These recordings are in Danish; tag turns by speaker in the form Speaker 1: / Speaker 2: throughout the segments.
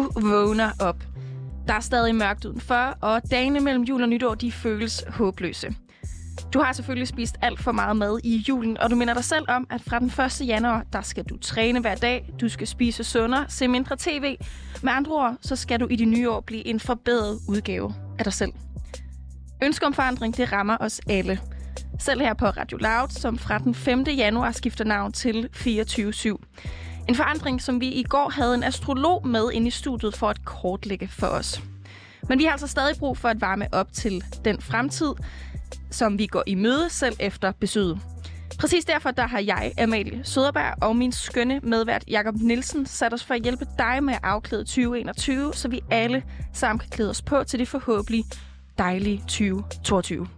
Speaker 1: evner op. Der er stadig mørkt udenfor, og dagene mellem jul og nytår, de føles håbløse. Du har selvfølgelig spist alt for meget mad i julen, og du minder dig selv om, at fra den 1. januar, der skal du træne hver dag, du skal spise sundere, se mindre tv. Med andre ord, så skal du i det nye år blive en forbedret udgave af dig selv. Ønsker om forandring, det rammer os alle. Selv her på Radio Loud, som fra den 5. januar skifter navn til 24-7. En forandring, som vi i går havde en astrolog med ind i studiet for at kortlægge for os. Men vi har altså stadig brug for at varme op til den fremtid, som vi går i møde selv efter besøget. Præcis derfor der har jeg, Amalie Søderberg og min skønne medvært Jakob Nielsen sat os for at hjælpe dig med at afklæde 2021, så vi alle sammen kan klæde os på til det forhåbentlig dejlige 2022.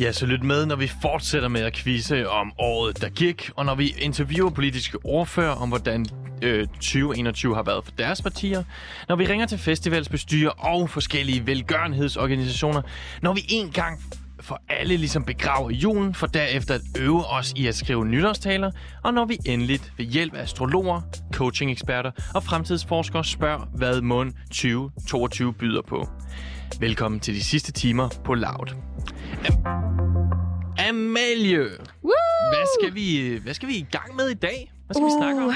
Speaker 2: Ja, så lyt med, når vi fortsætter med at quizze om året, der gik, og når vi interviewer politiske ordfører om, hvordan øh, 2021 har været for deres partier, når vi ringer til festivalsbestyrer og forskellige velgørenhedsorganisationer, når vi en gang for alle ligesom begraver julen, for derefter at øve os i at skrive nytårstaler, og når vi endeligt ved hjælp af astrologer, coachingeksperter og fremtidsforskere spørger, hvad mund 2022 byder på. Velkommen til de sidste timer på Loud. Am- Amalie,
Speaker 1: Woo!
Speaker 2: hvad skal, vi, hvad skal vi i gang med i dag? Hvad skal uh. vi snakke om?
Speaker 1: Uh.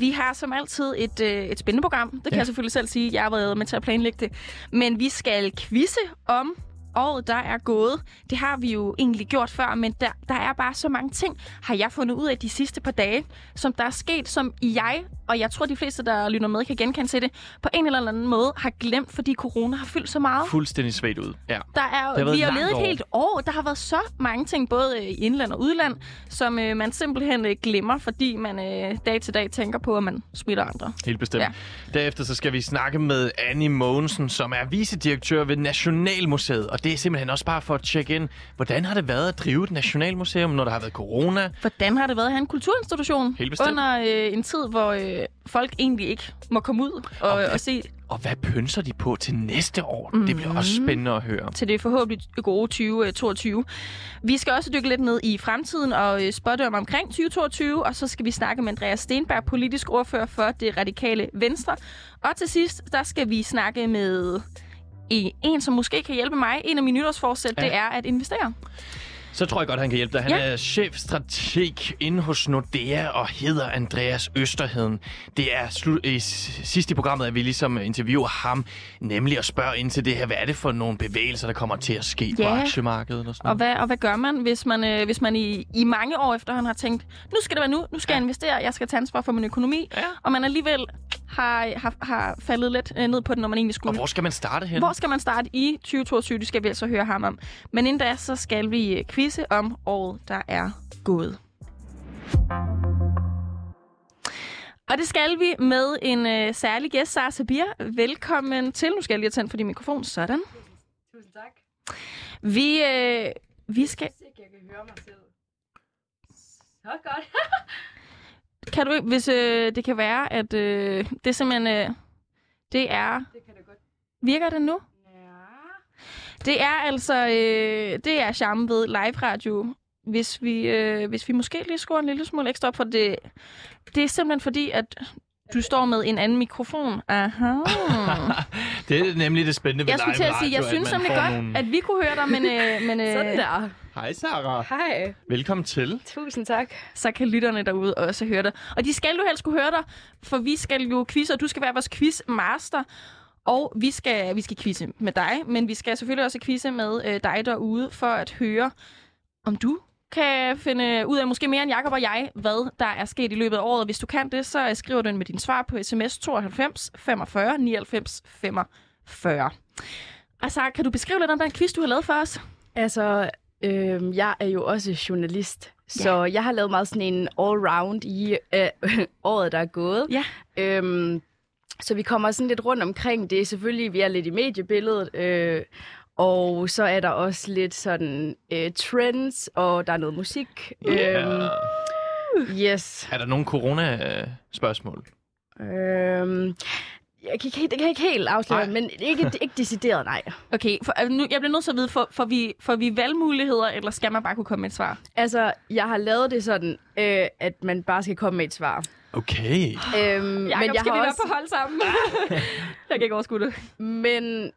Speaker 1: Vi har som altid et, øh, et spændende program. Det kan
Speaker 2: Ja.
Speaker 1: jeg selvfølgelig selv sige. Jeg har været med til at planlægge det. Men vi skal quizze om året, der er gået. Det har vi jo egentlig gjort før, men der, der er bare så mange ting, har jeg fundet ud af de sidste par dage, som der er sket, som jeg, og jeg tror de fleste, der lytter med, kan genkende til det, på en eller anden måde har glemt, fordi corona har fyldt så meget.
Speaker 2: Fuldstændig svedt ud. Ja.
Speaker 1: Der er,
Speaker 2: Det har
Speaker 1: har
Speaker 2: været
Speaker 1: vi
Speaker 2: et
Speaker 1: har
Speaker 2: langt
Speaker 1: levet
Speaker 2: år.
Speaker 1: et helt år. Der har været så mange ting, både øh, i indland og udland, som øh, man simpelthen øh, glemmer, fordi man øh, dag til dag tænker på, at man smitter andre.
Speaker 2: Helt bestemt. Ja.
Speaker 1: Ja.
Speaker 2: Derefter så skal vi snakke med Annie Mogensen, som er vicedirektør ved Nationalmuseet. Og det er simpelthen også bare for at tjekke ind, hvordan har det været at drive et nationalmuseum, når der har været corona?
Speaker 1: Hvordan har det været at have en kulturinstitution
Speaker 2: Helt bestemt.
Speaker 1: under øh, en tid, hvor øh, folk egentlig ikke må komme ud og,
Speaker 2: Og hvad-
Speaker 1: og, og se
Speaker 2: Og hvad pynser de på til næste år? Mm. Det bliver også spændende at høre.
Speaker 1: til det forhåbentlig gode 2022. Vi skal også dykke lidt ned i fremtiden og øh, spådømme omkring 2022, og så skal vi snakke med Andreas Stenberg, politisk ordfører for det radikale Venstre. Og til sidst, der skal vi snakke med en, en som måske kan hjælpe mig. En af mine nytårsforsæt,
Speaker 2: Ja.
Speaker 1: ja. det er at investere.
Speaker 2: Så tror jeg godt, han kan hjælpe dig. Han ja.
Speaker 1: Ja.
Speaker 2: er chefstrateg inde hos Nordea og hedder Andreas Østerheden. Det er slut, i, s- sidst i programmet, at vi ligesom interviewer ham, nemlig at spørge ind til det her. Hvad er det for nogle bevægelser, der kommer til at ske ja. på
Speaker 1: Ja.
Speaker 2: aktiemarkedet? Og sådan
Speaker 1: Og hvad, og hvad gør man, hvis man, øh, hvis man i, i mange år efter, han har tænkt, nu skal det være nu, nu skal ja.
Speaker 2: Ja.
Speaker 1: jeg investere, jeg skal tage ansvar for min økonomi,
Speaker 2: Ja.
Speaker 1: og man alligevel har, har, har faldet lidt øh, ned på den, når man egentlig
Speaker 2: Og
Speaker 1: skulle.
Speaker 2: hvor skal man starte hen?
Speaker 1: Hvor skal man starte i 2022? Det skal vi altså høre ham om. Men inden da, så skal vi øh, quizze om året, der er gået. Og det skal vi med en øh, særlig gæst, Sara Sabir. Velkommen til. Nu skal jeg lige have tændt for din mikrofon. Sådan.
Speaker 3: Tusind tak.
Speaker 1: Vi, øh, vi skal...
Speaker 3: Hvis ikke jeg kan høre mig selv. Så godt.
Speaker 1: Kan du, ikke- hvis øh, det kan være, at øh, det er simpelthen... Øh, det er...
Speaker 3: Det kan da godt.
Speaker 1: Virker det nu?
Speaker 3: Ja.
Speaker 1: Det er altså... Øh, det er charmen ved live radio. Hvis vi, øh, hvis vi måske lige skruer en lille smule ekstra op for det. Det er simpelthen fordi, at du står med en anden mikrofon. Aha.
Speaker 2: Det er nemlig det spændende ved
Speaker 1: Jeg skulle til at sige, jeg synes nemlig godt, at vi kunne høre dig, men, øh, men øh,
Speaker 3: der.
Speaker 2: Hej Sara,
Speaker 3: Hej.
Speaker 2: velkommen til.
Speaker 3: Tusind tak.
Speaker 1: så kan lytterne derude også høre dig. Og de skal jo helst kunne høre dig, for vi skal jo quizze, og du skal være vores quizmaster. Og vi skal, vi skal quizze med dig, men vi skal selvfølgelig også quizze med øh, dig derude, for at høre, om du kan finde ud af, måske mere end Jakob og jeg, hvad der er sket i løbet af året. Hvis du kan det, så øh, skriver du ind med din svar på sms 92 45 99 45. Og så kan du beskrive lidt om den quiz, du har lavet for os?
Speaker 4: Altså, øh, jeg er jo også journalist, så jeg har lavet meget sådan en all-round i øh, året, der er gået.
Speaker 1: Ja.
Speaker 4: Øhm, så vi kommer sådan lidt rundt omkring det. Selvfølgelig, vi er lidt i mediebilledet, øh, og så er der også lidt sådan øh, trends, og der er noget musik. Øhm,
Speaker 2: Ja.
Speaker 4: yes.
Speaker 2: Er der nogle øh, corona-spørgsmål?
Speaker 4: Øhm, jeg kan ikke, helt- det kan jeg ikke helt afsløre,
Speaker 2: Nej.
Speaker 4: men ikke, ikke decideret nej.
Speaker 1: Okay, for, altså, nu, jeg bliver nødt til at vide, får, får, vi, får vi valgmuligheder, eller
Speaker 4: Mm,
Speaker 1: skal man bare kunne komme med et svar?
Speaker 4: Altså, jeg har lavet det sådan, øh, at man bare skal komme med et svar.
Speaker 2: Okay.
Speaker 4: Øhm,
Speaker 1: Jacob, men jeg skal
Speaker 4: har
Speaker 1: vi
Speaker 4: også...
Speaker 1: også... op på hold sammen? jeg kan ikke overskue det.
Speaker 4: Men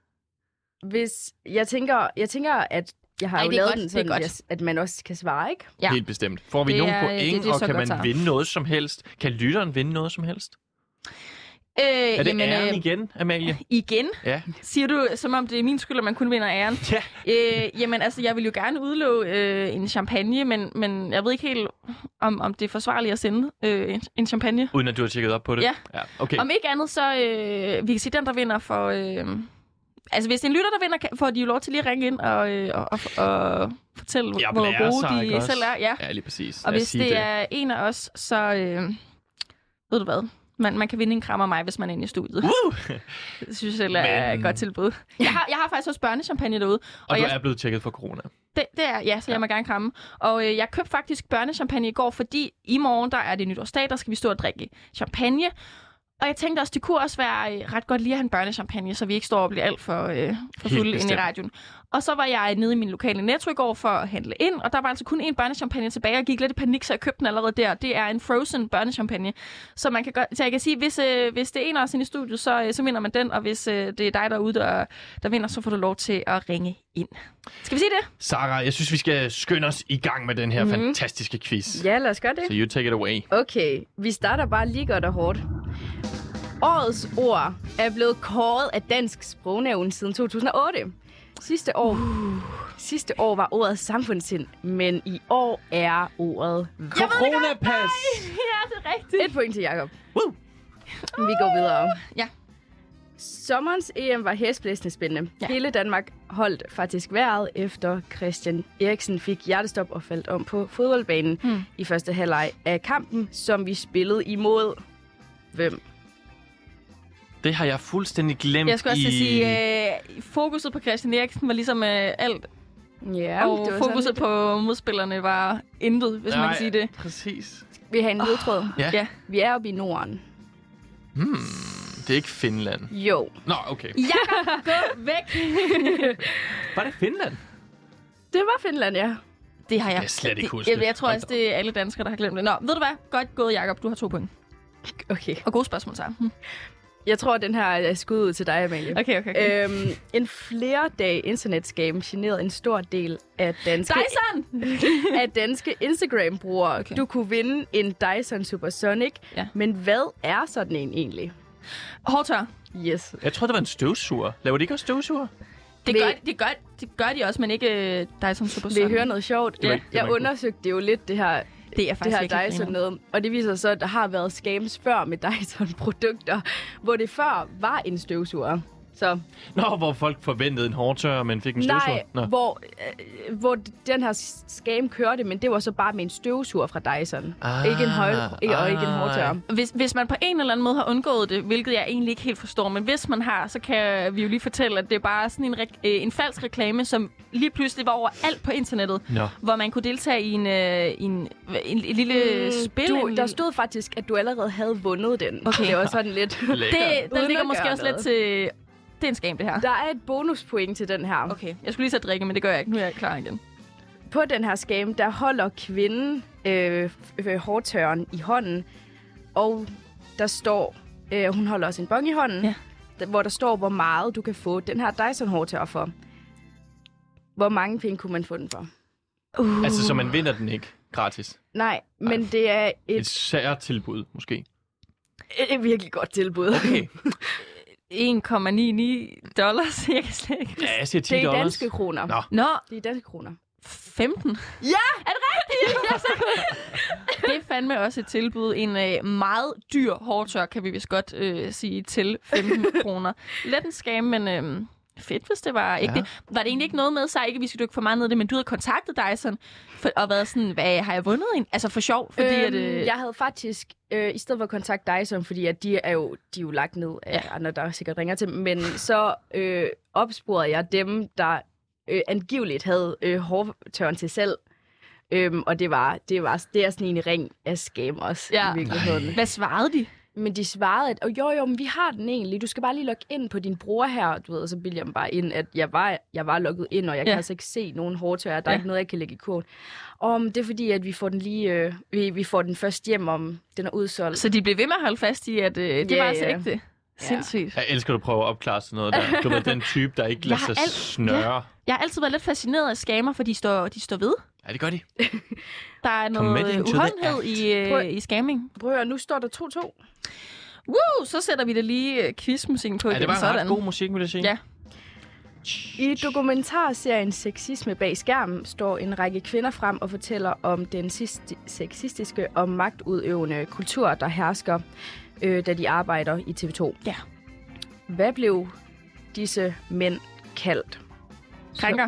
Speaker 4: hvis jeg tænker, jeg tænker at jeg har
Speaker 1: Ej,
Speaker 4: Ej, jo
Speaker 1: det er
Speaker 4: lavet
Speaker 1: godt,
Speaker 4: den
Speaker 1: det er
Speaker 4: sådan,
Speaker 1: godt.
Speaker 4: jeg, at man også kan svare, ikke?
Speaker 1: Ja.
Speaker 2: Ja. Helt bestemt. Får vi
Speaker 1: Det
Speaker 2: nogle
Speaker 1: er-
Speaker 2: point,
Speaker 1: det er det,
Speaker 2: og
Speaker 1: så
Speaker 2: kan
Speaker 1: godt
Speaker 2: man
Speaker 1: tager.
Speaker 2: vinde noget som helst? Kan lytteren vinde noget som helst?
Speaker 1: Øh,
Speaker 2: Er det Jamen, æren
Speaker 1: øh,
Speaker 2: igen, Amalie?
Speaker 1: igen?
Speaker 2: Ja.
Speaker 1: Siger du, som om det er min skyld, at man kun vinder æren?
Speaker 2: Ja.
Speaker 1: Øh, jamen, altså, jeg vil jo gerne udlove øh, en champagne, men, men jeg ved ikke helt, om, om det er forsvarligt at sende øh, en- en champagne.
Speaker 2: Uden at du har tjekket op på det?
Speaker 1: Ja.
Speaker 2: ja. Okay.
Speaker 1: Om ikke andet, så øh, vi kan sige, den, der vinder for... Øh, altså, hvis det er en lytter, der vinder, kan- får de jo lov til lige at ringe ind og, øh, og, og, og fortælle,
Speaker 2: Ja,
Speaker 1: hvor
Speaker 2: blære sig,
Speaker 1: gode
Speaker 2: ikke
Speaker 1: de
Speaker 2: også?
Speaker 1: selv er. Ja.
Speaker 2: Ja, lige præcis.
Speaker 1: Og
Speaker 2: Lad os
Speaker 1: hvis
Speaker 2: sige
Speaker 1: det, det er en af os, så øh, ved du hvad, man, man kan vinde en kram af mig, hvis man er inde i studiet.
Speaker 2: Uh!
Speaker 1: Det synes jeg selv er
Speaker 2: Men-
Speaker 1: et godt tilbud. Jeg har, jeg har faktisk også børnechampagne derude.
Speaker 2: Og,
Speaker 1: Og
Speaker 2: du
Speaker 1: jeg-
Speaker 2: er blevet tjekket for corona.
Speaker 1: Det, det er, ja, så jeg må gerne kramme. Og øh, jeg købte faktisk børnechampagne i går, fordi i morgen, der er det nytårsdag, der skal vi stå og drikke champagne. Og jeg tænkte også, det kunne også være øh, ret godt lige at have en børnechampagne, så vi ikke står og bliver alt for, øh, for fulde
Speaker 2: Helt
Speaker 1: ind i
Speaker 2: bestemt.
Speaker 1: radioen. Og så var jeg nede i min lokale netto i går for at handle ind, og der var altså kun én børnechampagne tilbage, og jeg gik lidt i panik, så jeg købte den allerede der. Det er en frozen børnechampagne. Så, man kan godt, så jeg kan sige, hvis, øh, hvis det er en af os inde i studiet, så, øh, så vinder man den, og hvis øh, det er dig derude, der, der vinder, så får du lov til at ringe ind. Skal vi sige det?
Speaker 2: Sarah, jeg synes, vi skal skynde os i gang med den her
Speaker 1: Mhm.
Speaker 2: mm-hmm. fantastiske quiz.
Speaker 4: Ja, lad os gøre
Speaker 2: Så
Speaker 4: det.
Speaker 2: you take it away.
Speaker 4: Okay, vi starter bare lige godt og hårdt. Årets ord er blevet kåret af Dansk Sprognævn siden 2008. Sidste år, uh. sidste år var ordet samfundssind, men i år er ordet
Speaker 2: Coronapas!
Speaker 1: Ja, det er rigtigt.
Speaker 4: Et point til Jacob.
Speaker 2: Woo!
Speaker 4: Vi går videre.
Speaker 1: Ja.
Speaker 4: Sommerens EM var hæsblæsende spændende.
Speaker 1: Ja.
Speaker 4: Ja. Hele Danmark holdt faktisk vejret, efter Christian Eriksen fik hjertestop og faldt om på fodboldbanen hmm. i første halvleg af kampen, som vi spillede imod. Hvem?
Speaker 2: Det har jeg fuldstændig glemt
Speaker 1: Jeg skulle også til
Speaker 2: i...
Speaker 1: at sige, øh, fokuset på Christian Eriksen var ligesom øh, alt,
Speaker 4: Ja,
Speaker 1: Jamen, og fokuset på modspillerne var intet, hvis Nej. man kan sige det.
Speaker 2: præcis.
Speaker 4: Vi har en ledtråd.
Speaker 2: Ah. Ja. Hmm.
Speaker 1: Ja.
Speaker 4: Vi er oppe i Norden.
Speaker 2: Det er ikke Finland.
Speaker 4: Jo.
Speaker 2: Nå, okay.
Speaker 1: Jakob, gå væk!
Speaker 2: Var det Finland?
Speaker 4: Det var Finland, ja.
Speaker 1: Det har jeg.
Speaker 2: Jeg kan slet ikke
Speaker 1: det-
Speaker 2: huske
Speaker 1: Jeg,
Speaker 2: det.
Speaker 1: jeg tror
Speaker 2: Hold
Speaker 1: også, det er alle danskere, der har glemt det. Nå, ved du hvad? Godt gået, Jakob. Du har to point.
Speaker 4: Okay.
Speaker 1: Og gode spørgsmål, Sara. Hm.
Speaker 4: Jeg tror, den her er skudt ud til dig, Amalie.
Speaker 1: Okay, okay, okay. Øh,
Speaker 4: Øhm, en flere dag internetskam generede en stor del af danske,
Speaker 1: Dyson!
Speaker 4: af danske Instagram-brugere.
Speaker 1: Okay.
Speaker 4: Okay. Du kunne vinde en Dyson Supersonic,
Speaker 1: Ja.
Speaker 4: men hvad er sådan en egentlig?
Speaker 1: Hårdtør.
Speaker 4: Yes.
Speaker 2: Jeg tror det var en støvsuger. Laver de ikke også støvsuger?
Speaker 1: Det
Speaker 4: Vil-
Speaker 1: gør, det, gør, det gør de også, men ikke øh, Dyson Super
Speaker 4: Vil I høre noget sjovt?
Speaker 2: var
Speaker 4: Ja.
Speaker 2: ikke- det var
Speaker 4: Jeg
Speaker 2: ikke
Speaker 4: undersøgte det jo lidt, det her,
Speaker 1: Det er
Speaker 4: det
Speaker 1: faktisk
Speaker 4: her
Speaker 1: ikke helt
Speaker 4: Dyson
Speaker 1: grineren.
Speaker 4: noget. Og det viser så, at der har været scams før med Dyson-produkter, hvor det før var en støvsuger. Så
Speaker 2: Nå, hvor folk forventede en hårdtørrer, men fik en
Speaker 4: nej,
Speaker 2: støvsuger. Nå.
Speaker 4: hvor, øh, hvor den her scam kørte, men det var så bare med en støvsuger fra Dyson.
Speaker 2: Ah,
Speaker 4: ikke en høj, ikke, og ikke en hårdtørrer.
Speaker 1: Hvis, hvis man på en eller anden måde har undgået det, hvilket jeg egentlig ikke helt forstår, men hvis man har, så kan vi jo lige fortælle, at det er bare sådan en, rek- øh, en falsk reklame, som lige pludselig var overalt på internettet,
Speaker 2: Nå.
Speaker 1: hvor man kunne deltage i en, øh, i en, en, en lille mm, spil.
Speaker 4: Øh, Du,
Speaker 1: en
Speaker 4: der
Speaker 1: lille-
Speaker 4: stod faktisk, at du allerede havde vundet den.
Speaker 1: Okay.
Speaker 4: Okay. Det var sådan lidt...
Speaker 2: Lækkert.
Speaker 1: det, der
Speaker 4: Uden
Speaker 1: ligger
Speaker 4: at
Speaker 1: måske
Speaker 4: gøre
Speaker 1: også lidt
Speaker 4: noget.
Speaker 1: til... Det er en skam, det her.
Speaker 4: Der er et bonuspoint til den her. Okay.
Speaker 1: Okay, jeg skulle lige så drikke, men det gør jeg ikke. Nu er jeg klar igen.
Speaker 4: På den her scam, der holder kvinden øh, f- øh, hårdtørren i hånden, og der står... Øh, hun holder også en bong i hånden,
Speaker 1: Ja.
Speaker 4: ja. hvor der står, hvor meget du kan få den her Dyson-hårdtørrer for. Hvor mange penge kunne man få den for?
Speaker 1: Uh.
Speaker 2: Altså, så man vinder den ikke gratis.
Speaker 4: Nej, men
Speaker 2: Ah.
Speaker 4: det er
Speaker 2: Et
Speaker 4: et,
Speaker 2: særtilbud, måske.
Speaker 4: et, et virkelig godt tilbud.
Speaker 2: Okay.
Speaker 1: 1,99 dollars. Jeg kan slet ikke...
Speaker 2: Ja, jeg siger 10
Speaker 4: Det er i
Speaker 2: dollars.
Speaker 4: danske kroner.
Speaker 2: Nå.
Speaker 1: Nå,
Speaker 4: Det er i danske kroner.
Speaker 1: 15.
Speaker 4: Ja!
Speaker 1: Er det rigtigt? Jeg sagde- det er fandme også et tilbud. En øh, meget dyr hårdtør, kan vi vist godt øh, sige, til 15 kroner. Let en skam, men øh, fedt, hvis det var ikke ja.
Speaker 2: Ja.
Speaker 1: det. Var det egentlig ikke noget med, så ikke, at vi skal dykke for meget ned i det, men du havde kontaktet Dyson for, og været sådan, hvad har jeg vundet en? Altså for sjov, fordi øhm, at... Øh, ja.
Speaker 4: Jeg havde faktisk, øh, i stedet for at kontakte dig, som, fordi at de er jo, de er jo lagt ned af
Speaker 1: Ja.
Speaker 4: ja. andre, der sikkert ringer til, men så øh, opsporede jeg dem, der øh, angiveligt havde øh, hårdtørren til selv. Øhm, og det var, det var, det er sådan en ring af scammers
Speaker 1: Ja.
Speaker 4: ja. i virkeligheden.
Speaker 1: Hvad svarede de?
Speaker 4: Men de svarede, at oh, jo, jo, men vi har den egentlig. Du skal bare lige logge ind på din bror her. Du ved, og så bildte jeg mig bare ind, at jeg var, jeg var logget ind, og jeg
Speaker 1: Ja.
Speaker 4: kan altså ikke se nogen hårdtøjer. Der er
Speaker 1: Ja.
Speaker 4: ikke noget, jeg kan lægge i kurven. Om det er fordi, at vi får den lige... Øh, vi, vi får den først hjem, om den er udsolgt.
Speaker 1: Så de blev ved med at holde fast i, at øh, det
Speaker 4: Ja,
Speaker 1: var altså
Speaker 4: ja.
Speaker 1: ikke det. Sindssygt.
Speaker 2: Jeg elsker, at du prøver at opklare sådan noget der. Du ved, den type, der ikke lader
Speaker 1: Jeg har
Speaker 2: sig
Speaker 1: alt-
Speaker 2: snøre.
Speaker 1: Jeg har altid været lidt fascineret af skamer, for de står, de står ved.
Speaker 2: Ja, det gør de.
Speaker 1: Der er noget
Speaker 2: Committing
Speaker 1: øh,
Speaker 2: to the
Speaker 1: uhåndhed
Speaker 2: act.
Speaker 1: i,
Speaker 4: Prøv-
Speaker 1: øh, i scamming.
Speaker 4: Prøv at høre, nu står der 2-2.
Speaker 1: Woo! Så sætter vi da lige øh, quizmusikken på
Speaker 2: Ja, det
Speaker 1: igen.
Speaker 2: var en
Speaker 1: sådan.
Speaker 2: ret god musik, vil jeg sige.
Speaker 1: Ja.
Speaker 4: I dokumentarserien Sexisme bag skærmen står en række kvinder frem og fortæller om den sis- sexistiske og magtudøvende kultur, der hersker, øh, da de arbejder i TV2.
Speaker 1: Ja.
Speaker 4: Hvad blev disse mænd kaldt?
Speaker 1: Krænker.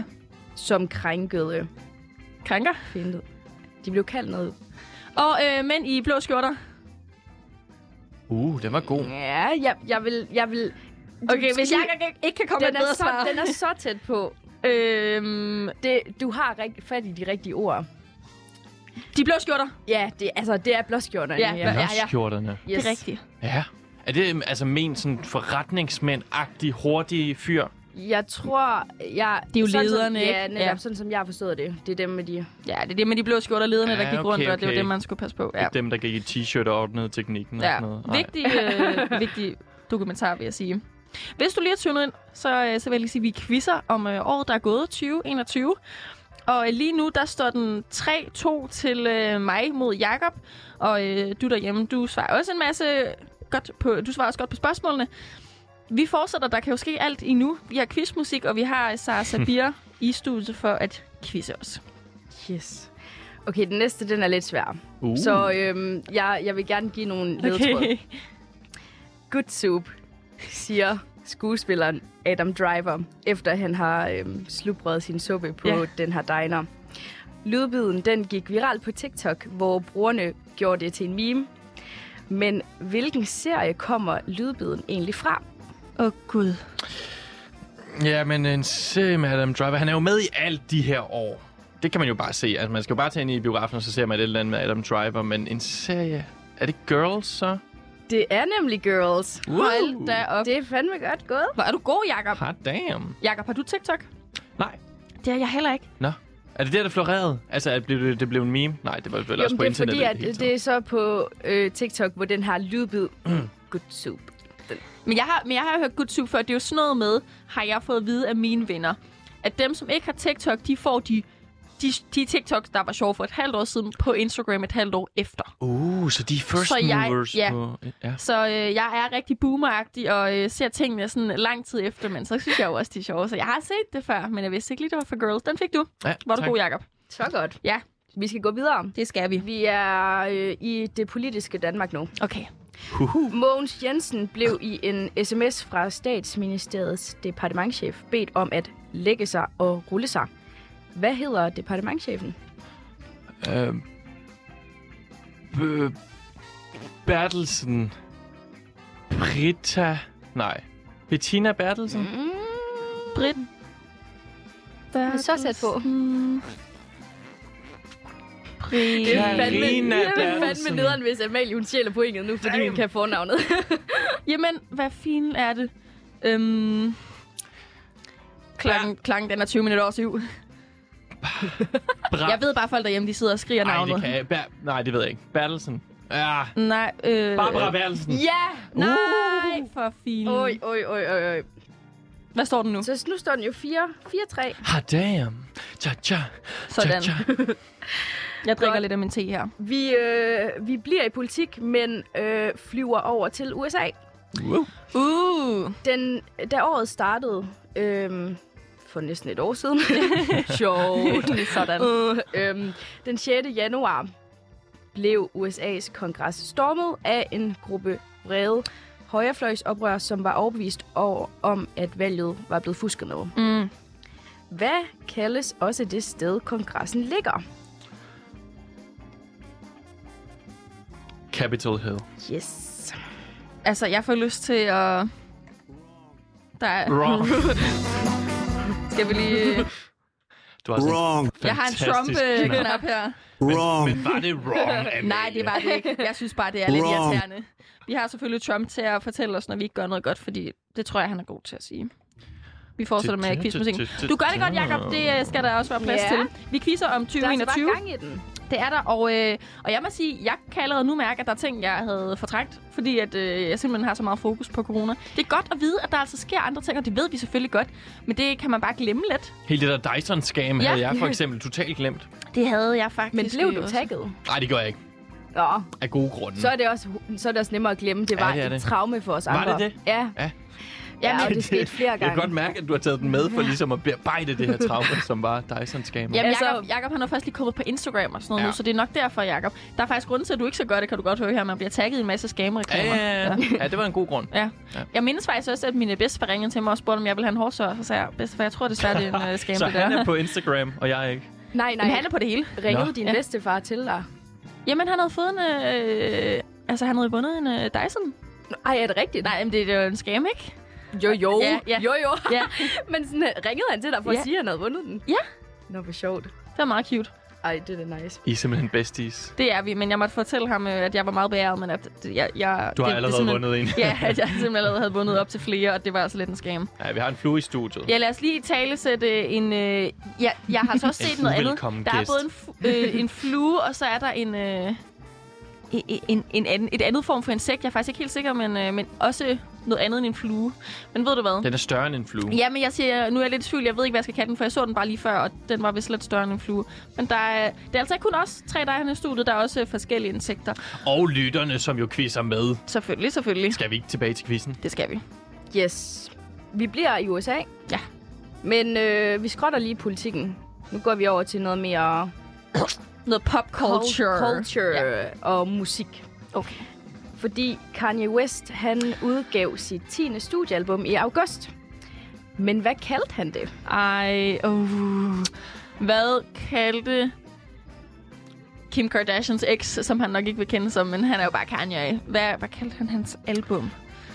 Speaker 4: Som, som krænkede
Speaker 1: Krænker.
Speaker 4: kvinder. De blev kaldt noget.
Speaker 1: Og øh, mænd i blå skjorter.
Speaker 2: Uh, den var god.
Speaker 4: Ja, jeg, jeg vil... Jeg vil
Speaker 1: Okay,
Speaker 4: du-
Speaker 1: hvis jeg ikke- ikke kan komme med
Speaker 4: den
Speaker 1: et
Speaker 4: er,
Speaker 1: bedre
Speaker 4: så,
Speaker 1: svar.
Speaker 4: den er så tæt på.
Speaker 1: Øhm,
Speaker 4: Det, du har rigt, fat i de rigtige ord.
Speaker 1: de blå skjorter.
Speaker 4: Ja, det, altså, det er blåskjorterne.
Speaker 1: Ja,
Speaker 4: ja.
Speaker 1: ja, ja.
Speaker 2: Løsskjorterne.
Speaker 1: Yes. Det er rigtigt.
Speaker 2: Ja. Er det øhm, altså men sådan forretningsmænd-agtig, hurtige fyr?
Speaker 4: Jeg tror, jeg...
Speaker 1: Det er jo
Speaker 4: sådan,
Speaker 1: lederne,
Speaker 4: som,
Speaker 1: ikke?
Speaker 4: Ja, netop,
Speaker 1: Ja.
Speaker 4: ja. sådan som jeg har forstået det. Det er dem med de...
Speaker 1: Ja, det er det med de blå skjorter lederne, ja, der
Speaker 2: Ja,
Speaker 1: gik
Speaker 2: okay,
Speaker 1: rundt, og det var
Speaker 2: okay.
Speaker 1: det, man skulle passe på. Ja.
Speaker 2: Ja. Dem, der gik i t-shirt og ordnede teknikken og
Speaker 1: Ja,
Speaker 2: sådan noget. Nej.
Speaker 1: vigtig, øh, vigtig dokumentar, vil jeg sige. Hvis du lige har tunet ind, så, øh, så vil jeg lige sige, at vi quizzer om øh, året, der er gået 2021. Og øh, lige nu, der står den 3-2 til øh, mig mod Jakob. Og øh, du derhjemme, du svarer også en masse godt på, du svarer også godt på spørgsmålene. Vi fortsætter, der kan jo ske alt endnu. Vi har quizmusik, og vi har Sara Sabir i studiet for at quizze os.
Speaker 4: Yes. Okay, den næste, den er lidt svær.
Speaker 2: Uh.
Speaker 4: Så øhm, jeg, jeg vil gerne give nogle ledtråd.
Speaker 1: Okay.
Speaker 4: Good soup, siger skuespilleren Adam Driver, efter han har øhm, slubret sin suppe på
Speaker 1: Ja.
Speaker 4: ja. den her diner. Lydbiden, den gik viral på TikTok, hvor brugerne gjorde det til en meme. Men hvilken serie kommer lydbiden egentlig fra?
Speaker 1: Åh, oh, Gud.
Speaker 2: Ja, men en se med Adam Driver, han er jo med i alt de her år. Det kan man jo bare se. Altså, man skal jo bare tage ind i biografen, og så ser man et eller andet med Adam Driver. Men en serie... Er det Girls, så?
Speaker 4: Det er nemlig Girls.
Speaker 1: Hold da op.
Speaker 4: Det er fandme godt gået.
Speaker 1: Hvor er du god, Jakob.
Speaker 2: Hot Ah, damn.
Speaker 1: Jakob, har du TikTok?
Speaker 2: Nej.
Speaker 1: Det er jeg heller ikke.
Speaker 2: Nå. Er det der, der florerede? Altså, er det blev, det, det blev en meme? Nej, det var vel også
Speaker 4: Jamen,
Speaker 2: på
Speaker 4: det er
Speaker 2: internettet.
Speaker 4: fordi, at
Speaker 2: hele
Speaker 4: det,
Speaker 2: tiden.
Speaker 4: er så på øh, TikTok, hvor den har lydbid. Good soup.
Speaker 1: Men jeg har, men jeg har hørt Good Soup før. Det er jo sådan noget med, har jeg fået at vide af mine venner, at dem, som ikke har TikTok, de får de, de, de TikToks, der var sjove for et halvt år siden, på Instagram et halvt år efter.
Speaker 2: Uh, så de er first
Speaker 1: Så jeg-
Speaker 2: movers
Speaker 1: ja.
Speaker 2: på... Ja.
Speaker 1: Så øh, jeg er rigtig boomeragtig og øh, ser tingene sådan lang tid efter, men så synes jeg jo også, de er sjove. Så jeg har set det før, men jeg vidste ikke lige, det var for girls. Den fik du.
Speaker 2: ja
Speaker 1: Var du
Speaker 2: tak.
Speaker 1: god, Jacob?
Speaker 4: Så godt.
Speaker 1: Ja.
Speaker 4: Vi skal gå videre.
Speaker 1: Det skal vi.
Speaker 4: Vi er øh, i det politiske Danmark nu.
Speaker 1: Okay.
Speaker 4: Mogens Jensen blev i en sms fra statsministeriets departementchef bedt om at lægge sig og rulle sig. Hvad hedder departementchefen?
Speaker 2: Øhm, B- Bertelsen. Britta. Nej. Bettina Bertelsen. Mm.
Speaker 1: Britt. Der
Speaker 4: er så tæt på.
Speaker 1: Britt.
Speaker 2: fandme- Karina
Speaker 4: det er
Speaker 2: Bertelsen.
Speaker 4: fandme nederen, hvis Amalie hun sjæler pointet nu, fordi hun kan fornavnet.
Speaker 1: Jamen, hvad fanden er det? Øhm, klang, ja. klang, den er 20 minutter over syv.
Speaker 2: Bra-
Speaker 1: Jeg ved bare, folk derhjemme, de sidder og skriger
Speaker 2: Nej,
Speaker 1: navnet.
Speaker 2: det kan jeg. Ber- Nej, det ved jeg ikke. Bertelsen. Ja.
Speaker 1: Nej, øh...
Speaker 2: Barbara Uh. Bertelsen.
Speaker 4: ja!
Speaker 1: Uh. Nej, for fanden.
Speaker 4: Oj, oj, oj, oj, oj.
Speaker 1: Hvad står den nu?
Speaker 4: Så nu står den jo 4-3.
Speaker 2: Ha, damn. Cha, cha.
Speaker 1: Sådan.
Speaker 2: Cha, cha.
Speaker 1: Jeg drikker
Speaker 4: Godt.
Speaker 1: lidt af min te her.
Speaker 4: Vi, øh, vi bliver i politik, men øh, flyver over til USA.
Speaker 2: Wow.
Speaker 1: Uh,
Speaker 4: Den, da året startede, øh, for næsten et år siden, sjovt,
Speaker 1: sådan.
Speaker 4: øh, øh, den 6. januar blev USA's kongres stormet af en gruppe vrede højrefløjsoprør, som var overbevist over, om, at valget var blevet fusket med.
Speaker 1: Mm.
Speaker 4: Hvad kaldes også det sted, kongressen ligger?
Speaker 2: Capitol Hill.
Speaker 4: Yes.
Speaker 1: Altså, jeg får lyst til at... Der er...
Speaker 2: Wrong.
Speaker 1: Skal vi lige...
Speaker 2: Du har sådan
Speaker 5: Wrong.
Speaker 2: en
Speaker 1: Jeg har en
Speaker 2: fantastisk knap.
Speaker 1: Trump-knap her.
Speaker 5: Wrong.
Speaker 2: Men var det wrong, Amalie?
Speaker 1: Nej, det var det ikke. Jeg synes bare, det er lidt
Speaker 5: Wrong.
Speaker 1: irriterende. Vi har selvfølgelig Trump til at fortælle os, når vi ikke gør noget godt, fordi det tror jeg, han er god til at sige. Vi fortsætter med quizmusikken. Du gør det godt, Jacob. Det øh, skal der også være plads
Speaker 4: Ja.
Speaker 1: til. Vi quizzer om
Speaker 4: Der er altså
Speaker 1: 2021.
Speaker 4: bare gang i den.
Speaker 1: Det er der, og, øh, og jeg må sige, jeg kan allerede nu mærke, at der er ting, jeg havde fortrængt, fordi at, øh, jeg simpelthen har så meget fokus på corona. Det er godt at vide, at der altså sker andre ting, og det ved vi selvfølgelig godt, men det kan man bare glemme lidt.
Speaker 2: Hele det der Dyson-scam
Speaker 1: Ja.
Speaker 2: havde jeg for eksempel totalt glemt.
Speaker 1: Det havde jeg faktisk.
Speaker 4: Men blev du
Speaker 1: også.
Speaker 4: tagget?
Speaker 2: Nej, det gør jeg ikke.
Speaker 4: Nå,
Speaker 2: Af gode grunde.
Speaker 4: så er det også, så er det også nemmere at glemme. Det
Speaker 2: Mm. Ja,
Speaker 4: var
Speaker 2: det er
Speaker 4: et
Speaker 2: det.
Speaker 4: traume for os
Speaker 2: Var
Speaker 4: andre.
Speaker 2: det det?
Speaker 4: Ja.
Speaker 2: Ja.
Speaker 4: Ja, og det skete flere
Speaker 2: Jeg kan godt
Speaker 4: gange.
Speaker 2: mærke, at du har taget den med for ligesom at bearbejde det her traume, som var Dyson-scammer.
Speaker 1: Jamen,
Speaker 4: Altså-
Speaker 1: Jacob, Jacob, han er først lige kommet på Instagram og sådan noget
Speaker 2: Ja.
Speaker 1: ja. nu, så det er nok derfor, Jacob. Der er faktisk grund til, at du ikke så gør det, kan du godt høre her. Man bliver tagget i en masse
Speaker 2: Ja,
Speaker 1: scamreklamer.
Speaker 2: ja, ja. ja, det var en god grund.
Speaker 1: Ja.
Speaker 2: Ja.
Speaker 1: ja. Jeg mindes faktisk også, at mine bedste ringede til mig og spurgte, om jeg ville have en hårsør. Og så sagde jeg, bedste, for jeg tror desværre, det er en uh, scam,
Speaker 2: Så
Speaker 1: det der.
Speaker 2: han er på Instagram, og jeg er ikke.
Speaker 4: Nej, nej.
Speaker 1: Jamen, han er på det hele.
Speaker 4: Ringede
Speaker 2: Nå.
Speaker 4: din
Speaker 1: Ja.
Speaker 4: bedstefar til dig?
Speaker 1: Jamen, han havde fået en... Øh, altså, han havde vundet en øh, Dyson.
Speaker 4: Ej, er det rigtigt?
Speaker 1: Nej, men det er jo en scam, ikke?
Speaker 4: Jo, jo.
Speaker 1: Ja, ja.
Speaker 4: Jo, jo.
Speaker 1: Ja.
Speaker 4: Men sådan, øh, ringede han til dig for
Speaker 1: Ja.
Speaker 4: at sige, at han havde vundet den?
Speaker 1: Ja.
Speaker 4: Nå, hvor sjovt.
Speaker 1: Det var meget cute.
Speaker 4: Ej, det er da nice.
Speaker 2: I er simpelthen besties.
Speaker 1: Det er vi, men jeg måtte fortælle ham, øh, at jeg var meget beæret, men at det- jeg... jeg
Speaker 2: Du har
Speaker 1: det, det er
Speaker 2: allerede
Speaker 1: simpelthen-
Speaker 2: vundet en.
Speaker 1: Ja, at jeg simpelthen allerede havde vundet op til flere, og det var altså lidt en scam.
Speaker 2: Ja, vi har en flue i studiet.
Speaker 1: Ja, lad os lige talesætte en... Øh, ja, jeg har så også
Speaker 2: En
Speaker 1: set noget andet.
Speaker 2: uvelkommen
Speaker 1: Der er
Speaker 2: gæst.
Speaker 1: både en, fu- øh, en flue, og så er der en... Øh, en, en, en anden, et andet form for insekt. Jeg er faktisk ikke helt sikker, men, øh, men også noget andet end en flue. Men ved du hvad?
Speaker 2: Den er større end en flue.
Speaker 1: Ja, men jeg siger, nu er jeg lidt i tvivl. Jeg ved ikke, hvad jeg skal kalde den, for jeg så den bare lige før, og den var vist lidt større end en flue. Men der er, det er altså ikke kun os tre, der er her i studiet. Der er også øh, forskellige insekter.
Speaker 2: Og lytterne, som jo quizzer med.
Speaker 1: Selvfølgelig, selvfølgelig.
Speaker 2: Skal vi ikke tilbage til quizzen?
Speaker 1: Det skal vi.
Speaker 4: Yes. Vi bliver i USA.
Speaker 1: Ja.
Speaker 4: Men øh, vi skrotter lige politikken. Nu går vi over til noget mere
Speaker 1: Noget pop culture.
Speaker 4: culture ja. og musik.
Speaker 1: Okay.
Speaker 4: Fordi Kanye West, han udgav sit 10. studiealbum i august. Men hvad kaldte han det?
Speaker 1: Ej, uh. Hvad kaldte Kim Kardashians eks, som han nok ikke vil kende som, men han er jo bare Kanye. Hvad, hvad kaldte han hans album?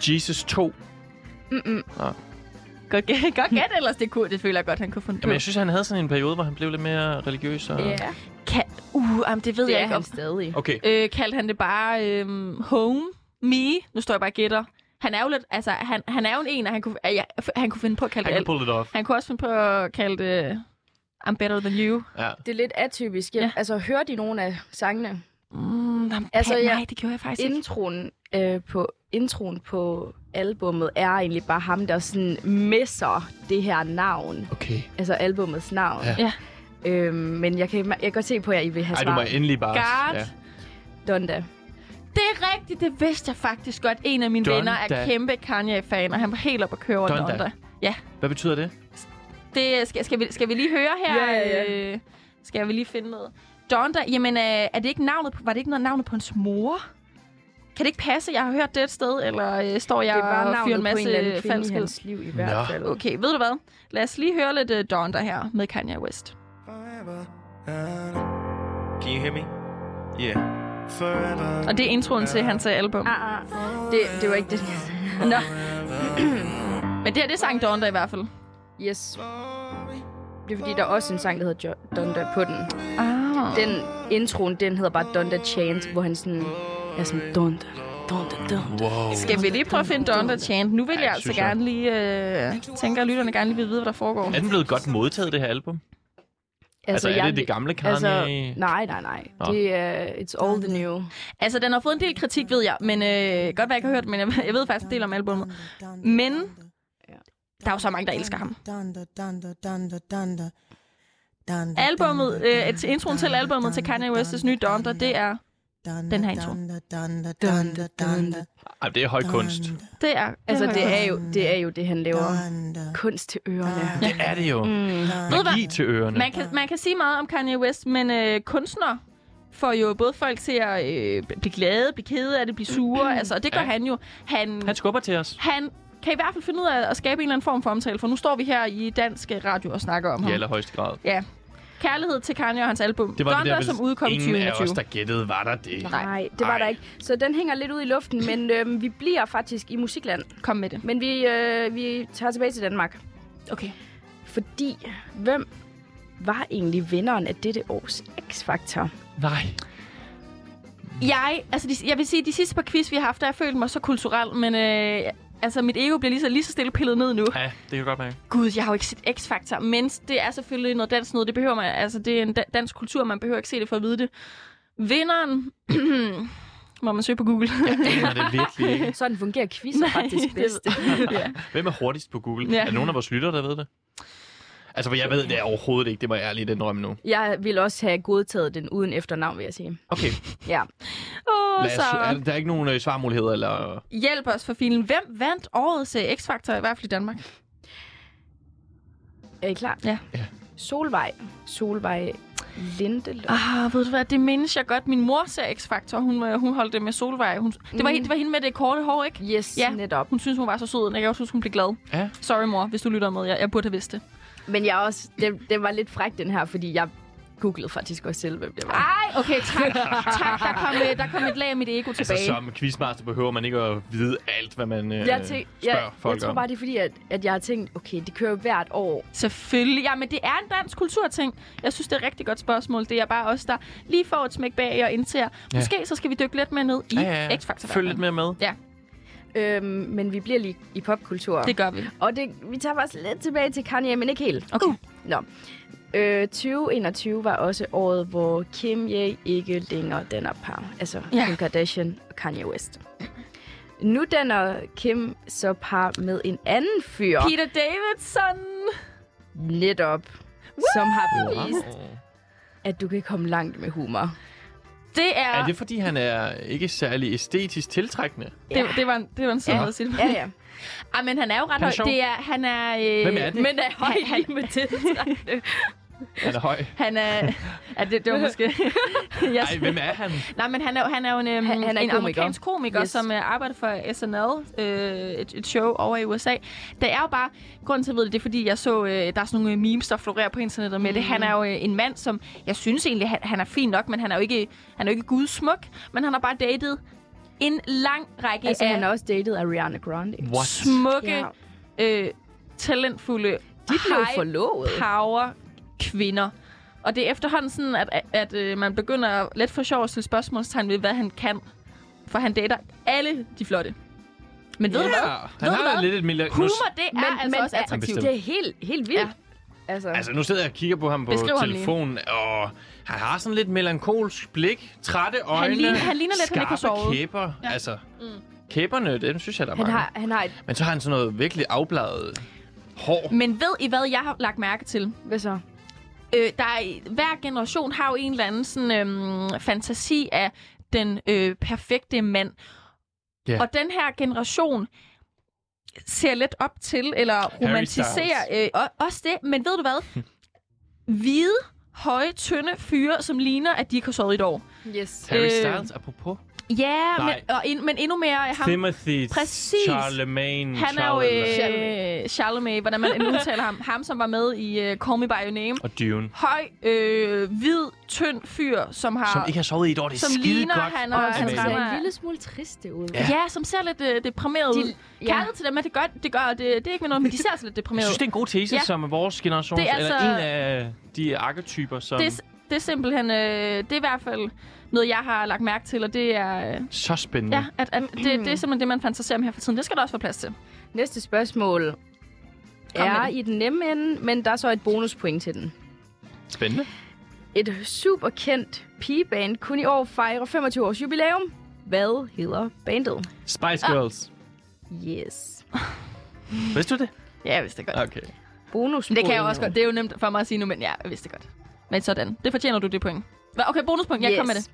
Speaker 2: Jesus 2.
Speaker 1: Godt gæt, godt gæt ellers det kunne. Det føler jeg godt, han kunne finde på.
Speaker 2: Jamen, jeg synes, han havde sådan en periode, hvor han blev lidt mere religiøs. Og...
Speaker 1: Kan, uh, jamen, det ved
Speaker 4: det
Speaker 1: jeg
Speaker 4: er
Speaker 1: ikke om.
Speaker 4: han stadig.
Speaker 2: Okay,
Speaker 1: øh, kaldte han det bare øh, Home Me. Nu står jeg bare og gætter. Han er jo lidt, altså, han, han er jo en en, og han kunne, ja, han kunne finde på at kalde
Speaker 2: han
Speaker 1: det
Speaker 2: kan
Speaker 1: alt.
Speaker 2: pull it off.
Speaker 1: Han kunne også finde på at kalde det øh, I'm better than you.
Speaker 2: Ja.
Speaker 4: Det er lidt atypisk. Jeg,
Speaker 1: Ja.
Speaker 4: ja. Altså, hørte de nogle af sangene?
Speaker 1: Mm, jamen,
Speaker 4: Altså,
Speaker 1: altså, ja,
Speaker 4: jeg-
Speaker 1: nej, det gjorde jeg faktisk ikke.
Speaker 4: Introen, øh, på, introen på albummet er egentlig bare ham, der sådan messer det her navn.
Speaker 2: Okay.
Speaker 4: Altså albummets navn.
Speaker 2: Ja.
Speaker 1: Ja.
Speaker 4: Øhm, men jeg kan, jeg kan godt se på jer, I vil have
Speaker 2: Ej, du må
Speaker 4: svaret.
Speaker 2: endelig bare...
Speaker 1: Guard.
Speaker 2: Ja.
Speaker 4: Donda.
Speaker 1: Det er rigtigt, det vidste jeg faktisk godt. En af mine
Speaker 2: Donda.
Speaker 1: venner er kæmpe Kanye-fan, og han var helt oppe at køre over
Speaker 2: Donda.
Speaker 1: Donda. Donda. Ja,
Speaker 2: Hvad betyder det?
Speaker 1: det skal, skal, vi, skal vi lige høre her?
Speaker 4: Ja, ja, ja.
Speaker 1: Øh, skal vi lige finde noget? Donda, jamen, øh, er det ikke navnet, på- var det ikke noget navnet på hans mor? Kan det ikke passe, jeg har hørt det et sted, eller øh, står jeg
Speaker 4: det er bare
Speaker 1: og fyrer en
Speaker 4: navnet på en
Speaker 1: masse
Speaker 4: eller anden kvinde i
Speaker 1: falske?
Speaker 4: hans liv i hvert fald.
Speaker 1: Okay, ved du hvad? Lad os lige høre lidt øh, Donda her med Kanye West.
Speaker 6: Forever.
Speaker 7: Can you hear me? Yeah.
Speaker 6: Forever.
Speaker 1: Og det er introen til hans øh, album. Ah.
Speaker 4: Ah, ah. Det, det var ikke det.
Speaker 1: Nå. Men det her, det er sang Donda i hvert fald.
Speaker 4: Yes. Det er fordi, der er også en sang, der hedder jo- Donda på den.
Speaker 1: Ah.
Speaker 4: Den introen, den hedder bare Donda Chant, hvor han sådan er sådan Donda,
Speaker 2: Altså,
Speaker 4: Donda, Donda.
Speaker 2: Wow.
Speaker 1: Skal vi lige prøve at finde Donda Chant? Nu vil
Speaker 2: Ja,
Speaker 1: jeg
Speaker 2: det
Speaker 1: altså
Speaker 2: synes jeg.
Speaker 1: gerne lige... Øh, tænker, at lytterne gerne lige vil vide, hvad der foregår.
Speaker 2: Er den blevet godt modtaget, det her album? Altså, er det det gamle Kanye?
Speaker 4: Altså, nej, nej, nej.
Speaker 2: Nå.
Speaker 4: Det er, it's all the new.
Speaker 1: Altså, den har fået en del kritik, ved jeg. Men øh, godt, hvad jeg ikke har hørt, men jeg, jeg ved faktisk en del om albumet. Men der er jo så mange, der elsker ham. Albumet, øh, et- introen til albumet til Kanye West's nye Donda, det er, den her intro.
Speaker 2: Ej, det er høj kunst.
Speaker 1: det er,
Speaker 4: Altså, det er jo det, er jo det han laver. Kunst til ørerne. Mm.
Speaker 2: Det er det jo.
Speaker 1: Ved du
Speaker 2: Magi
Speaker 1: hvad?
Speaker 2: til ørerne.
Speaker 1: Man kan, man kan sige meget om Kanye West, men øh, kunstner får jo både folk til at øh, blive glade, blive kede af det, blive sure. Altså, og det gør
Speaker 2: Ja.
Speaker 1: ja. han jo. Han,
Speaker 2: Han skubber til os.
Speaker 1: han kan i hvert fald finde ud af at skabe en eller anden form for omtale, for nu står vi her i dansk radio og snakker om
Speaker 2: I
Speaker 1: ham.
Speaker 2: allerhøjeste grad.
Speaker 1: Ja. Kærlighed til Kanye og hans album.
Speaker 2: Det var det
Speaker 1: Donda,
Speaker 2: der, hvis
Speaker 1: som udkom i
Speaker 2: ingen af
Speaker 1: 2021.
Speaker 2: os, der gættede, var der det.
Speaker 1: Nej.
Speaker 4: Nej, det var
Speaker 2: Ej.
Speaker 4: der ikke. Så den hænger lidt ud i luften, men øhm, vi bliver faktisk i musikland.
Speaker 1: Kom med det.
Speaker 4: Men vi, øh, vi tager tilbage til Danmark.
Speaker 1: Okay.
Speaker 4: Fordi, hvem var egentlig vinderen af dette års X-Factor?
Speaker 2: Nej.
Speaker 1: Jeg, altså, de, jeg vil sige, at de sidste par quiz, vi har haft, der har jeg følt mig så kulturel, men øh, altså, mit ego bliver lige så, lige så stille pillet ned nu.
Speaker 2: Ja, det kan jeg godt mærke.
Speaker 1: Gud, jeg har jo ikke set X-Factor, men det er selvfølgelig noget dansk noget. Det behøver man, altså, det er en da- dansk kultur, man behøver ikke se det for at vide det. Vinderen, må man søge på Google.
Speaker 2: Aner det virkelig ikke.
Speaker 4: Sådan fungerer quizzer
Speaker 1: Nej,
Speaker 4: faktisk
Speaker 1: det-
Speaker 4: bedst.
Speaker 1: ja.
Speaker 2: Hvem er hurtigst på Google?
Speaker 1: Ja.
Speaker 2: Ja. Er der nogen af vores lyttere, der ved det? Altså, for jeg ved det overhovedet ikke. Det må jeg ærligt indrømme nu.
Speaker 4: Jeg vil også have godtaget den uden efternavn, vil jeg sige.
Speaker 2: Okay,
Speaker 4: Ja.
Speaker 1: Åh,
Speaker 2: lad os, er,
Speaker 1: så
Speaker 2: der er ikke nogen øh, svarmuligheder, eller...
Speaker 1: hjælp os for filen. Hvem vandt årets øh, X-Factor, i hvert fald i Danmark?
Speaker 4: Er I klar?
Speaker 1: Ja.
Speaker 2: Ja.
Speaker 4: Solvej. Solvej Lindelund.
Speaker 1: Ah, ved du hvad, det mindes jeg godt. Min mor ser X-Factor. Hun, øh, hun holdt det med Solvej. Hun, det, var,
Speaker 4: Mm.
Speaker 1: hende- det var hende med det korte hår, ikke?
Speaker 4: Yes,
Speaker 1: Ja.
Speaker 4: ja. netop.
Speaker 1: Hun synes, hun var så sød, og jeg kan også huske, hun blev glad.
Speaker 2: Ja.
Speaker 1: Sorry, mor, hvis du lytter med. Jeg, jeg burde have vidst det.
Speaker 4: Men jeg er også, den, den var lidt fræk, den her, fordi jeg googlede faktisk også selv, hvem det var.
Speaker 1: Ej, okay, tak. tak, der kom, øh, der kom et lag af mit ego
Speaker 2: Altså,
Speaker 1: tilbage.
Speaker 2: som quizmaster behøver man ikke at vide alt, hvad man øh,
Speaker 4: Jeg, tænk,
Speaker 2: spørger
Speaker 4: jeg,
Speaker 2: folk
Speaker 4: jeg tror
Speaker 2: om.
Speaker 4: bare, det er fordi, at, at jeg har tænkt, okay, det kører jo hvert år.
Speaker 1: Selvfølgelig. Ja, men det er en dansk kulturting. Jeg synes, det er et rigtig godt spørgsmål. Det er bare os, der lige får et smæk bag og indser.
Speaker 2: Ja.
Speaker 1: Måske så skal vi dykke lidt mere ned i X-Factor.
Speaker 2: Følg lidt mere med.
Speaker 4: Øhm, men vi bliver lige i popkultur.
Speaker 1: Det gør vi.
Speaker 4: Og det, vi tager faktisk lidt tilbage til Kanye, men ikke helt.
Speaker 1: Okay.
Speaker 4: Uh. Nå. Øh, 2021 var også året, hvor Kim Ye ikke længere danner par. Altså
Speaker 1: Ja.
Speaker 4: ja. Kim Kardashian og Kanye West. Nu danner Kim så par med en anden fyr,
Speaker 1: Peter Davidson.
Speaker 4: netop, Woo! som har bevist,
Speaker 2: Wow.
Speaker 4: at du kan komme langt med humor.
Speaker 1: Det er...
Speaker 2: Er det, fordi han er ikke særlig æstetisk tiltrækkende?
Speaker 1: Det, det, var en, det var en sød
Speaker 2: Ja.
Speaker 1: måde at sige det.
Speaker 4: Ja, ja.
Speaker 1: Ej, men han er jo ret
Speaker 2: Han er
Speaker 1: høj.
Speaker 2: sjov.
Speaker 1: Det er, han er... Øh,
Speaker 2: Hvem er det?
Speaker 1: Men er høj han, han, med det.
Speaker 2: Han er høj.
Speaker 1: Han er... Ja, det, det var måske... jeg,
Speaker 4: Altså,
Speaker 2: Nej, hvem er han?
Speaker 1: Nej, men han er, jo- han er jo en, han,
Speaker 4: Han-
Speaker 1: han
Speaker 4: han
Speaker 1: er
Speaker 4: er
Speaker 1: en
Speaker 4: komiker.
Speaker 1: amerikansk komiker, yes.
Speaker 4: Yes.
Speaker 1: som uh, arbejder for SNL, øh, et, et show over i USA. Der er jo bare... Grunden til, at jeg ved det, det er, fordi jeg så... Øh, der er sådan nogle øh, memes, der florerer på internettet med mm. det. Han er jo øh, en mand, som... Jeg synes egentlig, han, han er fin nok, men han er jo ikke, han er jo ikke gudsmuk. Men han har bare datet en lang række
Speaker 4: Altså,
Speaker 1: af
Speaker 4: han er også datet af Rihanna Grande.
Speaker 2: What?
Speaker 1: smukke,
Speaker 4: Ja.
Speaker 1: ja. øh, talentfulde,
Speaker 4: De blev
Speaker 1: high
Speaker 4: forlovet.
Speaker 1: power kvinder. Og det er efterhånden sådan, at, at, at øh, man begynder lidt for sjov at stille spørgsmålstegn ved, hvad han kan. For han dater alle de flotte. Men ved du hvad?
Speaker 2: Han
Speaker 1: Ved du
Speaker 2: har
Speaker 1: hvad?
Speaker 2: lidt et miljø... Øh, Nu,
Speaker 1: Humor, det er men, altså men, også attraktivt.
Speaker 2: bestemt.
Speaker 4: Det er helt, helt vildt.
Speaker 1: Ja.
Speaker 4: Ja. Altså,
Speaker 2: altså, nu sidder jeg og kigger på ham på
Speaker 1: Beskriv ham lige.
Speaker 2: telefonen, og han har sådan lidt melankolsk blik, trætte øjne,
Speaker 1: ligner- han ligner lidt, han ikke har sovet. Mm.
Speaker 2: skarpe kæber. Ja. Altså, kæberne, dem synes jeg, der er
Speaker 4: han,
Speaker 2: mange.
Speaker 4: har, han har et...
Speaker 2: Men så har han sådan noget virkelig afbladet hår.
Speaker 1: Men ved I hvad, jeg har lagt mærke til?
Speaker 4: Hvad så?
Speaker 1: øh, der er, hver generation har jo en eller anden sådan, øhm, fantasi af den øh, perfekte mand.
Speaker 2: Ja.
Speaker 1: Og den her generation ser lidt op til, eller romantiserer øh, og, også det. Men ved du hvad? Hvide, høje, tynde fyre, som ligner, at de ikke har sovet i et år.
Speaker 4: Yes.
Speaker 2: Harry
Speaker 1: øh,
Speaker 2: Styles, apropos.
Speaker 1: Ja,
Speaker 2: Nej.
Speaker 1: men, og ind, men endnu mere øh, ham.
Speaker 2: Timothy
Speaker 1: Præcis.
Speaker 2: Charlemagne.
Speaker 1: Han er jo
Speaker 4: Charlemagne.
Speaker 1: øh, Charlemagne, hvordan man end udtaler ham. Ham, som var med i øh, Call Me By Your Name.
Speaker 2: Og Dune.
Speaker 1: Høj, øh, hvid, tynd fyr, som har...
Speaker 2: Som ikke har sovet i et år. Det er
Speaker 1: som
Speaker 2: skide
Speaker 1: ligner,
Speaker 2: godt.
Speaker 1: han
Speaker 4: Og
Speaker 1: og
Speaker 4: han
Speaker 1: hans
Speaker 2: Amazing.
Speaker 4: ser en
Speaker 1: venner.
Speaker 4: lille smule triste ud.
Speaker 2: Ja.
Speaker 1: Ja, som ser lidt øh, deprimeret ud.
Speaker 4: De, ja.
Speaker 1: Kærlighed til dem, at det gør, det gør det, det er ikke med noget, men de ser altså lidt
Speaker 2: Jeg
Speaker 1: deprimeret
Speaker 2: synes, det
Speaker 1: ud.
Speaker 2: er en god tese,
Speaker 1: Ja.
Speaker 2: ja. som vores generation,
Speaker 1: Det er
Speaker 2: altså... eller
Speaker 1: altså-
Speaker 2: en af de arketyper, som
Speaker 1: Det,
Speaker 2: det
Speaker 1: er s- det er simpelthen, øh, det er i hvert fald noget, jeg har lagt mærke til, og det er, øh,
Speaker 2: så spændende.
Speaker 1: ja, at, at det, det er simpelthen det, man fantaserer om her for tiden. Det skal der også få plads til.
Speaker 4: Næste spørgsmål er
Speaker 1: med det.
Speaker 4: i den nemme ende, men der er så et bonuspoint til den.
Speaker 2: Spændende.
Speaker 4: Et super kendt pigeband kunne i år fejre 25 års jubilæum. Hvad hedder bandet?
Speaker 2: Spice Girls.
Speaker 4: Yes.
Speaker 2: Ah. Vidste du det?
Speaker 1: Ja, jeg vidste det godt.
Speaker 2: Okay.
Speaker 4: Bonus.
Speaker 1: Men det kan jeg også godt. Det er jo nemt for mig at sige nu, men ja, jeg vidste det godt. Men sådan. Det fortjener du det point. Hva? Okay, bonuspoint. Jeg yes. kom med det.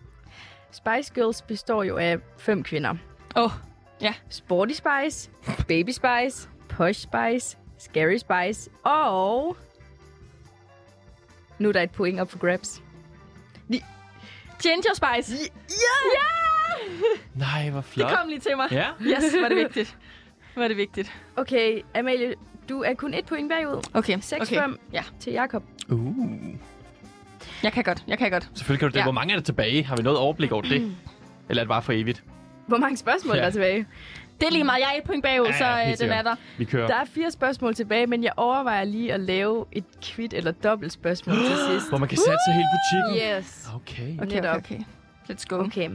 Speaker 4: Spice Girls består jo af fem kvinder.
Speaker 1: Åh, oh,
Speaker 4: Sporty Spice, Baby Spice, Posh Spice, Scary Spice og... Nu er der et point op for grabs.
Speaker 1: Ginger Spice.
Speaker 2: Nej, hvor
Speaker 1: Det
Speaker 2: flot.
Speaker 1: kom lige til mig.
Speaker 2: Ja.
Speaker 1: Yes, var det vigtigt. Var det vigtigt.
Speaker 4: Okay, Amalie, du er kun et point bagud.
Speaker 1: Okay,
Speaker 4: 6-5
Speaker 1: okay. Ja,
Speaker 4: til Jakob.
Speaker 2: Uh.
Speaker 1: jeg kan godt. Jeg kan godt.
Speaker 2: Selvfølgelig kan du
Speaker 1: Ja. Mm.
Speaker 2: det. Ja. Hvor mange er der tilbage? Har vi noget overblik over det? Eller er det bare for evigt?
Speaker 4: Hvor mange spørgsmål ja.
Speaker 2: Ja.
Speaker 4: der er tilbage?
Speaker 1: Det er lige meget. Jeg er et point bagud,
Speaker 2: Ja,
Speaker 1: så
Speaker 2: ja, helt
Speaker 1: øh, den
Speaker 2: sikkert.
Speaker 1: er der.
Speaker 2: Vi kører.
Speaker 4: Der er fire spørgsmål tilbage, men jeg overvejer lige at lave et kvit eller dobbelt spørgsmål til sidst.
Speaker 2: Hvor man kan satse hele butikken.
Speaker 4: Yes.
Speaker 2: Okay.
Speaker 1: Okay, okay,
Speaker 4: Netop.
Speaker 1: okay. Let's go.
Speaker 4: Okay.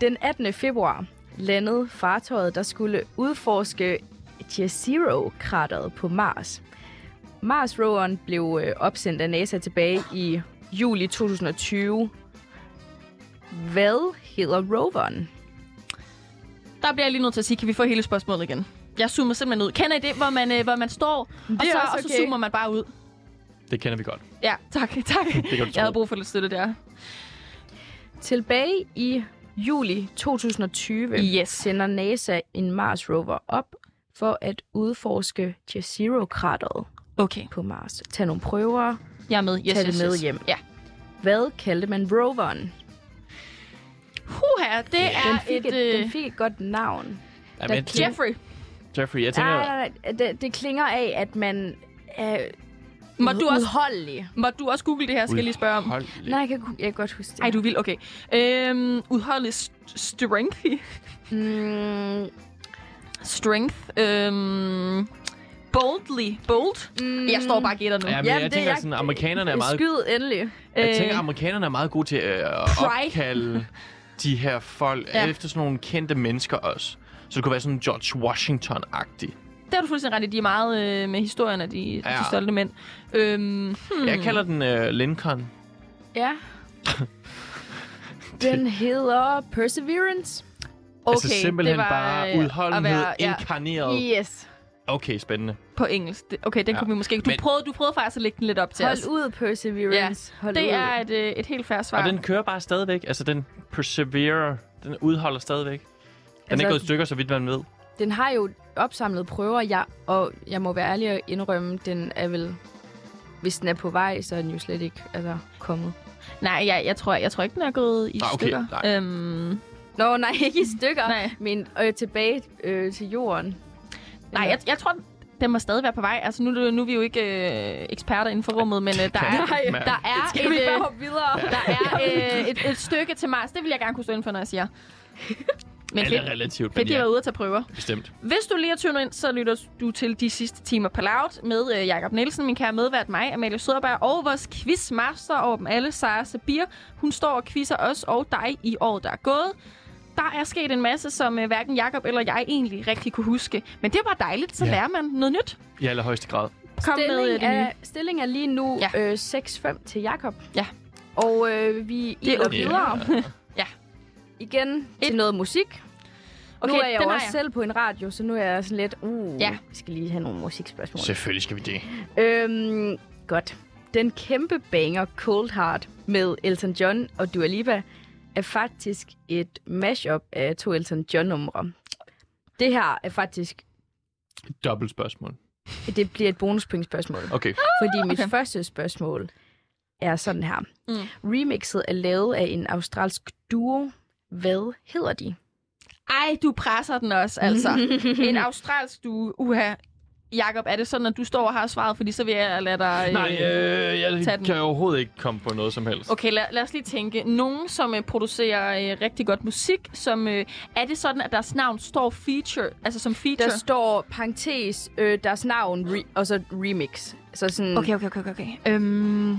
Speaker 4: Den 18. februar landede fartøjet, der skulle udforske Jezero-krateret på Mars. Mars-roveren blev øh, opsendt af NASA tilbage i juli 2020. Hvad hedder roveren?
Speaker 1: Der bliver jeg lige nødt til at sige, kan vi få hele spørgsmålet igen? Jeg zoomer simpelthen ud. Kender I det, hvor man, øh, hvor man står, og
Speaker 4: er
Speaker 1: så,
Speaker 4: også
Speaker 1: og så
Speaker 4: okay.
Speaker 1: zoomer man bare ud?
Speaker 2: Det kender vi godt.
Speaker 1: Ja, tak, tak.
Speaker 2: kan du tro.
Speaker 1: Jeg havde brug for lidt støtte der.
Speaker 4: Tilbage i juli 2020
Speaker 1: Yes.
Speaker 4: sender NASA en Mars-rover op for at udforske Jezero-krateret
Speaker 1: Okay,
Speaker 4: på Mars. Tag nogle prøver.
Speaker 1: jeg er med. Yes,
Speaker 4: Tag det
Speaker 1: yes,
Speaker 4: med
Speaker 1: yes.
Speaker 4: hjem.
Speaker 1: Ja.
Speaker 4: Hvad kaldte man roveren?
Speaker 1: Huha, det er
Speaker 4: Den fik,
Speaker 1: et...
Speaker 4: et, et,
Speaker 1: øh,
Speaker 4: den fik et godt navn.
Speaker 2: Ja,
Speaker 4: Der-
Speaker 2: men, jeg tænker-
Speaker 1: Jeffrey,
Speaker 2: Jeffrey, jeg tænker...
Speaker 4: Nej, nej, nej. Det, det klinger af, at man er
Speaker 1: må du, også,
Speaker 4: udholdelig.
Speaker 1: må du også google det her, skal jeg lige spørge om.
Speaker 2: Udholdelig.
Speaker 4: Nej, jeg kan, jeg kan godt huske det.
Speaker 1: Ej, du vil, okay. Øhm, udholdelig st- strength.
Speaker 4: Mm,
Speaker 1: strength. Øhm, boldly. Bold.
Speaker 4: mm,
Speaker 1: Jeg står bare og gætter nu.
Speaker 2: Ja, men
Speaker 4: Jamen,
Speaker 2: jeg
Speaker 4: det
Speaker 2: tænker,
Speaker 4: er-
Speaker 2: sådan, amerikanerne er meget...
Speaker 4: Skyd endelig.
Speaker 2: Jeg
Speaker 1: Øh,
Speaker 2: tænker, amerikanerne er meget gode til øh, at
Speaker 1: Pride.
Speaker 2: opkalde de her folk
Speaker 1: Ja.
Speaker 2: ja. efter sådan nogle kendte mennesker også. Så det kunne være sådan George Washington-agtig.
Speaker 1: Det har du fuldstændig ret i. De er meget øh, med historierne, de, ja.
Speaker 2: Ja.
Speaker 1: de stolte mænd. Øhm,
Speaker 2: Hmm. Jeg kalder den øh, Lincoln.
Speaker 4: Ja. Den hedder Perseverance.
Speaker 1: okay,
Speaker 2: altså simpelthen
Speaker 1: det var,
Speaker 2: bare
Speaker 1: øh,
Speaker 2: udholdenhed
Speaker 1: at være- ja,
Speaker 2: inkarneret.
Speaker 4: Yes.
Speaker 2: Okay, spændende.
Speaker 1: på engelsk. Det- Okay, den
Speaker 2: Ja.
Speaker 1: kunne vi måske ikke. Du,
Speaker 2: Men-
Speaker 1: prøvede, du prøvede faktisk at lægge den lidt op til
Speaker 4: Hold
Speaker 1: os.
Speaker 4: ud, Perseverance. Ja. Hold
Speaker 1: Det
Speaker 4: ud.
Speaker 1: er et, øh, et helt færre svar.
Speaker 2: Og den kører bare stadigvæk. Altså, den perseverer. Den udholder stadigvæk. Den altså, er
Speaker 4: Altså-
Speaker 2: ikke gået i stykker, så vidt man ved.
Speaker 4: Den har jo opsamlet prøver, jeg, og jeg må være ærlig og indrømme, den er vel... Hvis den er på vej, så er den jo slet ikke altså, kommet.
Speaker 1: Nej, jeg, jeg, tror, jeg tror ikke, den er gået i
Speaker 2: Nej, okay,
Speaker 1: stykker.
Speaker 2: nej.
Speaker 1: Øhm,
Speaker 4: Nå, nej, ikke i stykker,
Speaker 1: Nej.
Speaker 4: men øh, tilbage øh, til jorden.
Speaker 1: nej, jeg, jeg tror, den må stadig være på vej. Altså, nu, er det- nu er vi jo ikke øh, eksperter inden for rummet, men øh, der
Speaker 2: kan
Speaker 1: er,
Speaker 2: jeg ikke mærke.
Speaker 1: der er,
Speaker 4: Skal vi
Speaker 1: et,
Speaker 4: bare
Speaker 1: øh,
Speaker 4: hoppe videre?
Speaker 1: der er øh, et, et stykke til Mars. Det vil jeg gerne kunne stå inden for, når jeg siger. Men
Speaker 2: Alt
Speaker 1: fedt,
Speaker 2: er relativt, men
Speaker 1: fedt de har
Speaker 2: ja,
Speaker 1: været ude at tage prøver.
Speaker 2: bestemt.
Speaker 1: Hvis du lige er tunet ind, så lytter du til de sidste timer på Loud med øh, Jakob Nielsen, min kære medvært mig, Amalie Søderberg, og vores quizmaster over dem alle, Sara Sabir. Hun står og quizzer os og dig i året, der er gået. Der er sket en masse, som øh, hverken Jakob eller jeg egentlig rigtig kunne huske. Men det var dejligt, så
Speaker 2: Ja.
Speaker 1: lærer man noget nyt.
Speaker 2: I allerhøjeste grad.
Speaker 1: Kom med øh,
Speaker 4: Stilling
Speaker 1: det nye.
Speaker 4: er, stilling er lige nu
Speaker 1: Ja.
Speaker 4: ja. øh, 6-5 til Jakob.
Speaker 1: Ja.
Speaker 4: Og øh, vi
Speaker 1: er
Speaker 4: iler
Speaker 1: okay.
Speaker 4: videre.
Speaker 1: Ja.
Speaker 4: Igen
Speaker 1: Et-
Speaker 4: til noget musik. Okay, nu er jeg
Speaker 1: den
Speaker 4: jo
Speaker 1: har
Speaker 4: også
Speaker 1: jeg.
Speaker 4: selv på en radio, så nu er jeg sådan lidt... Uh,
Speaker 1: Ja.
Speaker 4: vi skal lige have nogle musikspørgsmål.
Speaker 2: Selvfølgelig skal vi det.
Speaker 4: Øhm, godt. Den kæmpe banger Cold Heart med Elton John og Dua Lipa er faktisk et mashup af to Elton John-numre. Det her er faktisk...
Speaker 2: Dobbelt spørgsmål.
Speaker 4: Det bliver et bonuspoint-spørgsmål.
Speaker 2: Okay.
Speaker 4: Fordi mit
Speaker 1: Uh, Okay.
Speaker 4: okay. første spørgsmål er sådan her.
Speaker 1: Mm.
Speaker 4: Mm. Remixet er lavet af en australsk duo. Hvad hedder de?
Speaker 1: Ej, du presser den også, altså. en australsk du, uha. Jakob, er det sådan, at du står og har svaret? Fordi så vil jeg lade dig...
Speaker 2: Nej, øh, jeg
Speaker 1: tag den.
Speaker 2: kan overhovedet ikke komme på noget som helst.
Speaker 1: Okay, lad, lad os lige tænke. Nogen, som øh, producerer øh, rigtig godt musik, som øh, er det sådan, at deres navn står feature, altså som feature?
Speaker 4: Der står parentes, øh, deres navn, re- og så remix. Så sådan, okay.
Speaker 1: Okay, okay, okay, okay, okay. Øhm,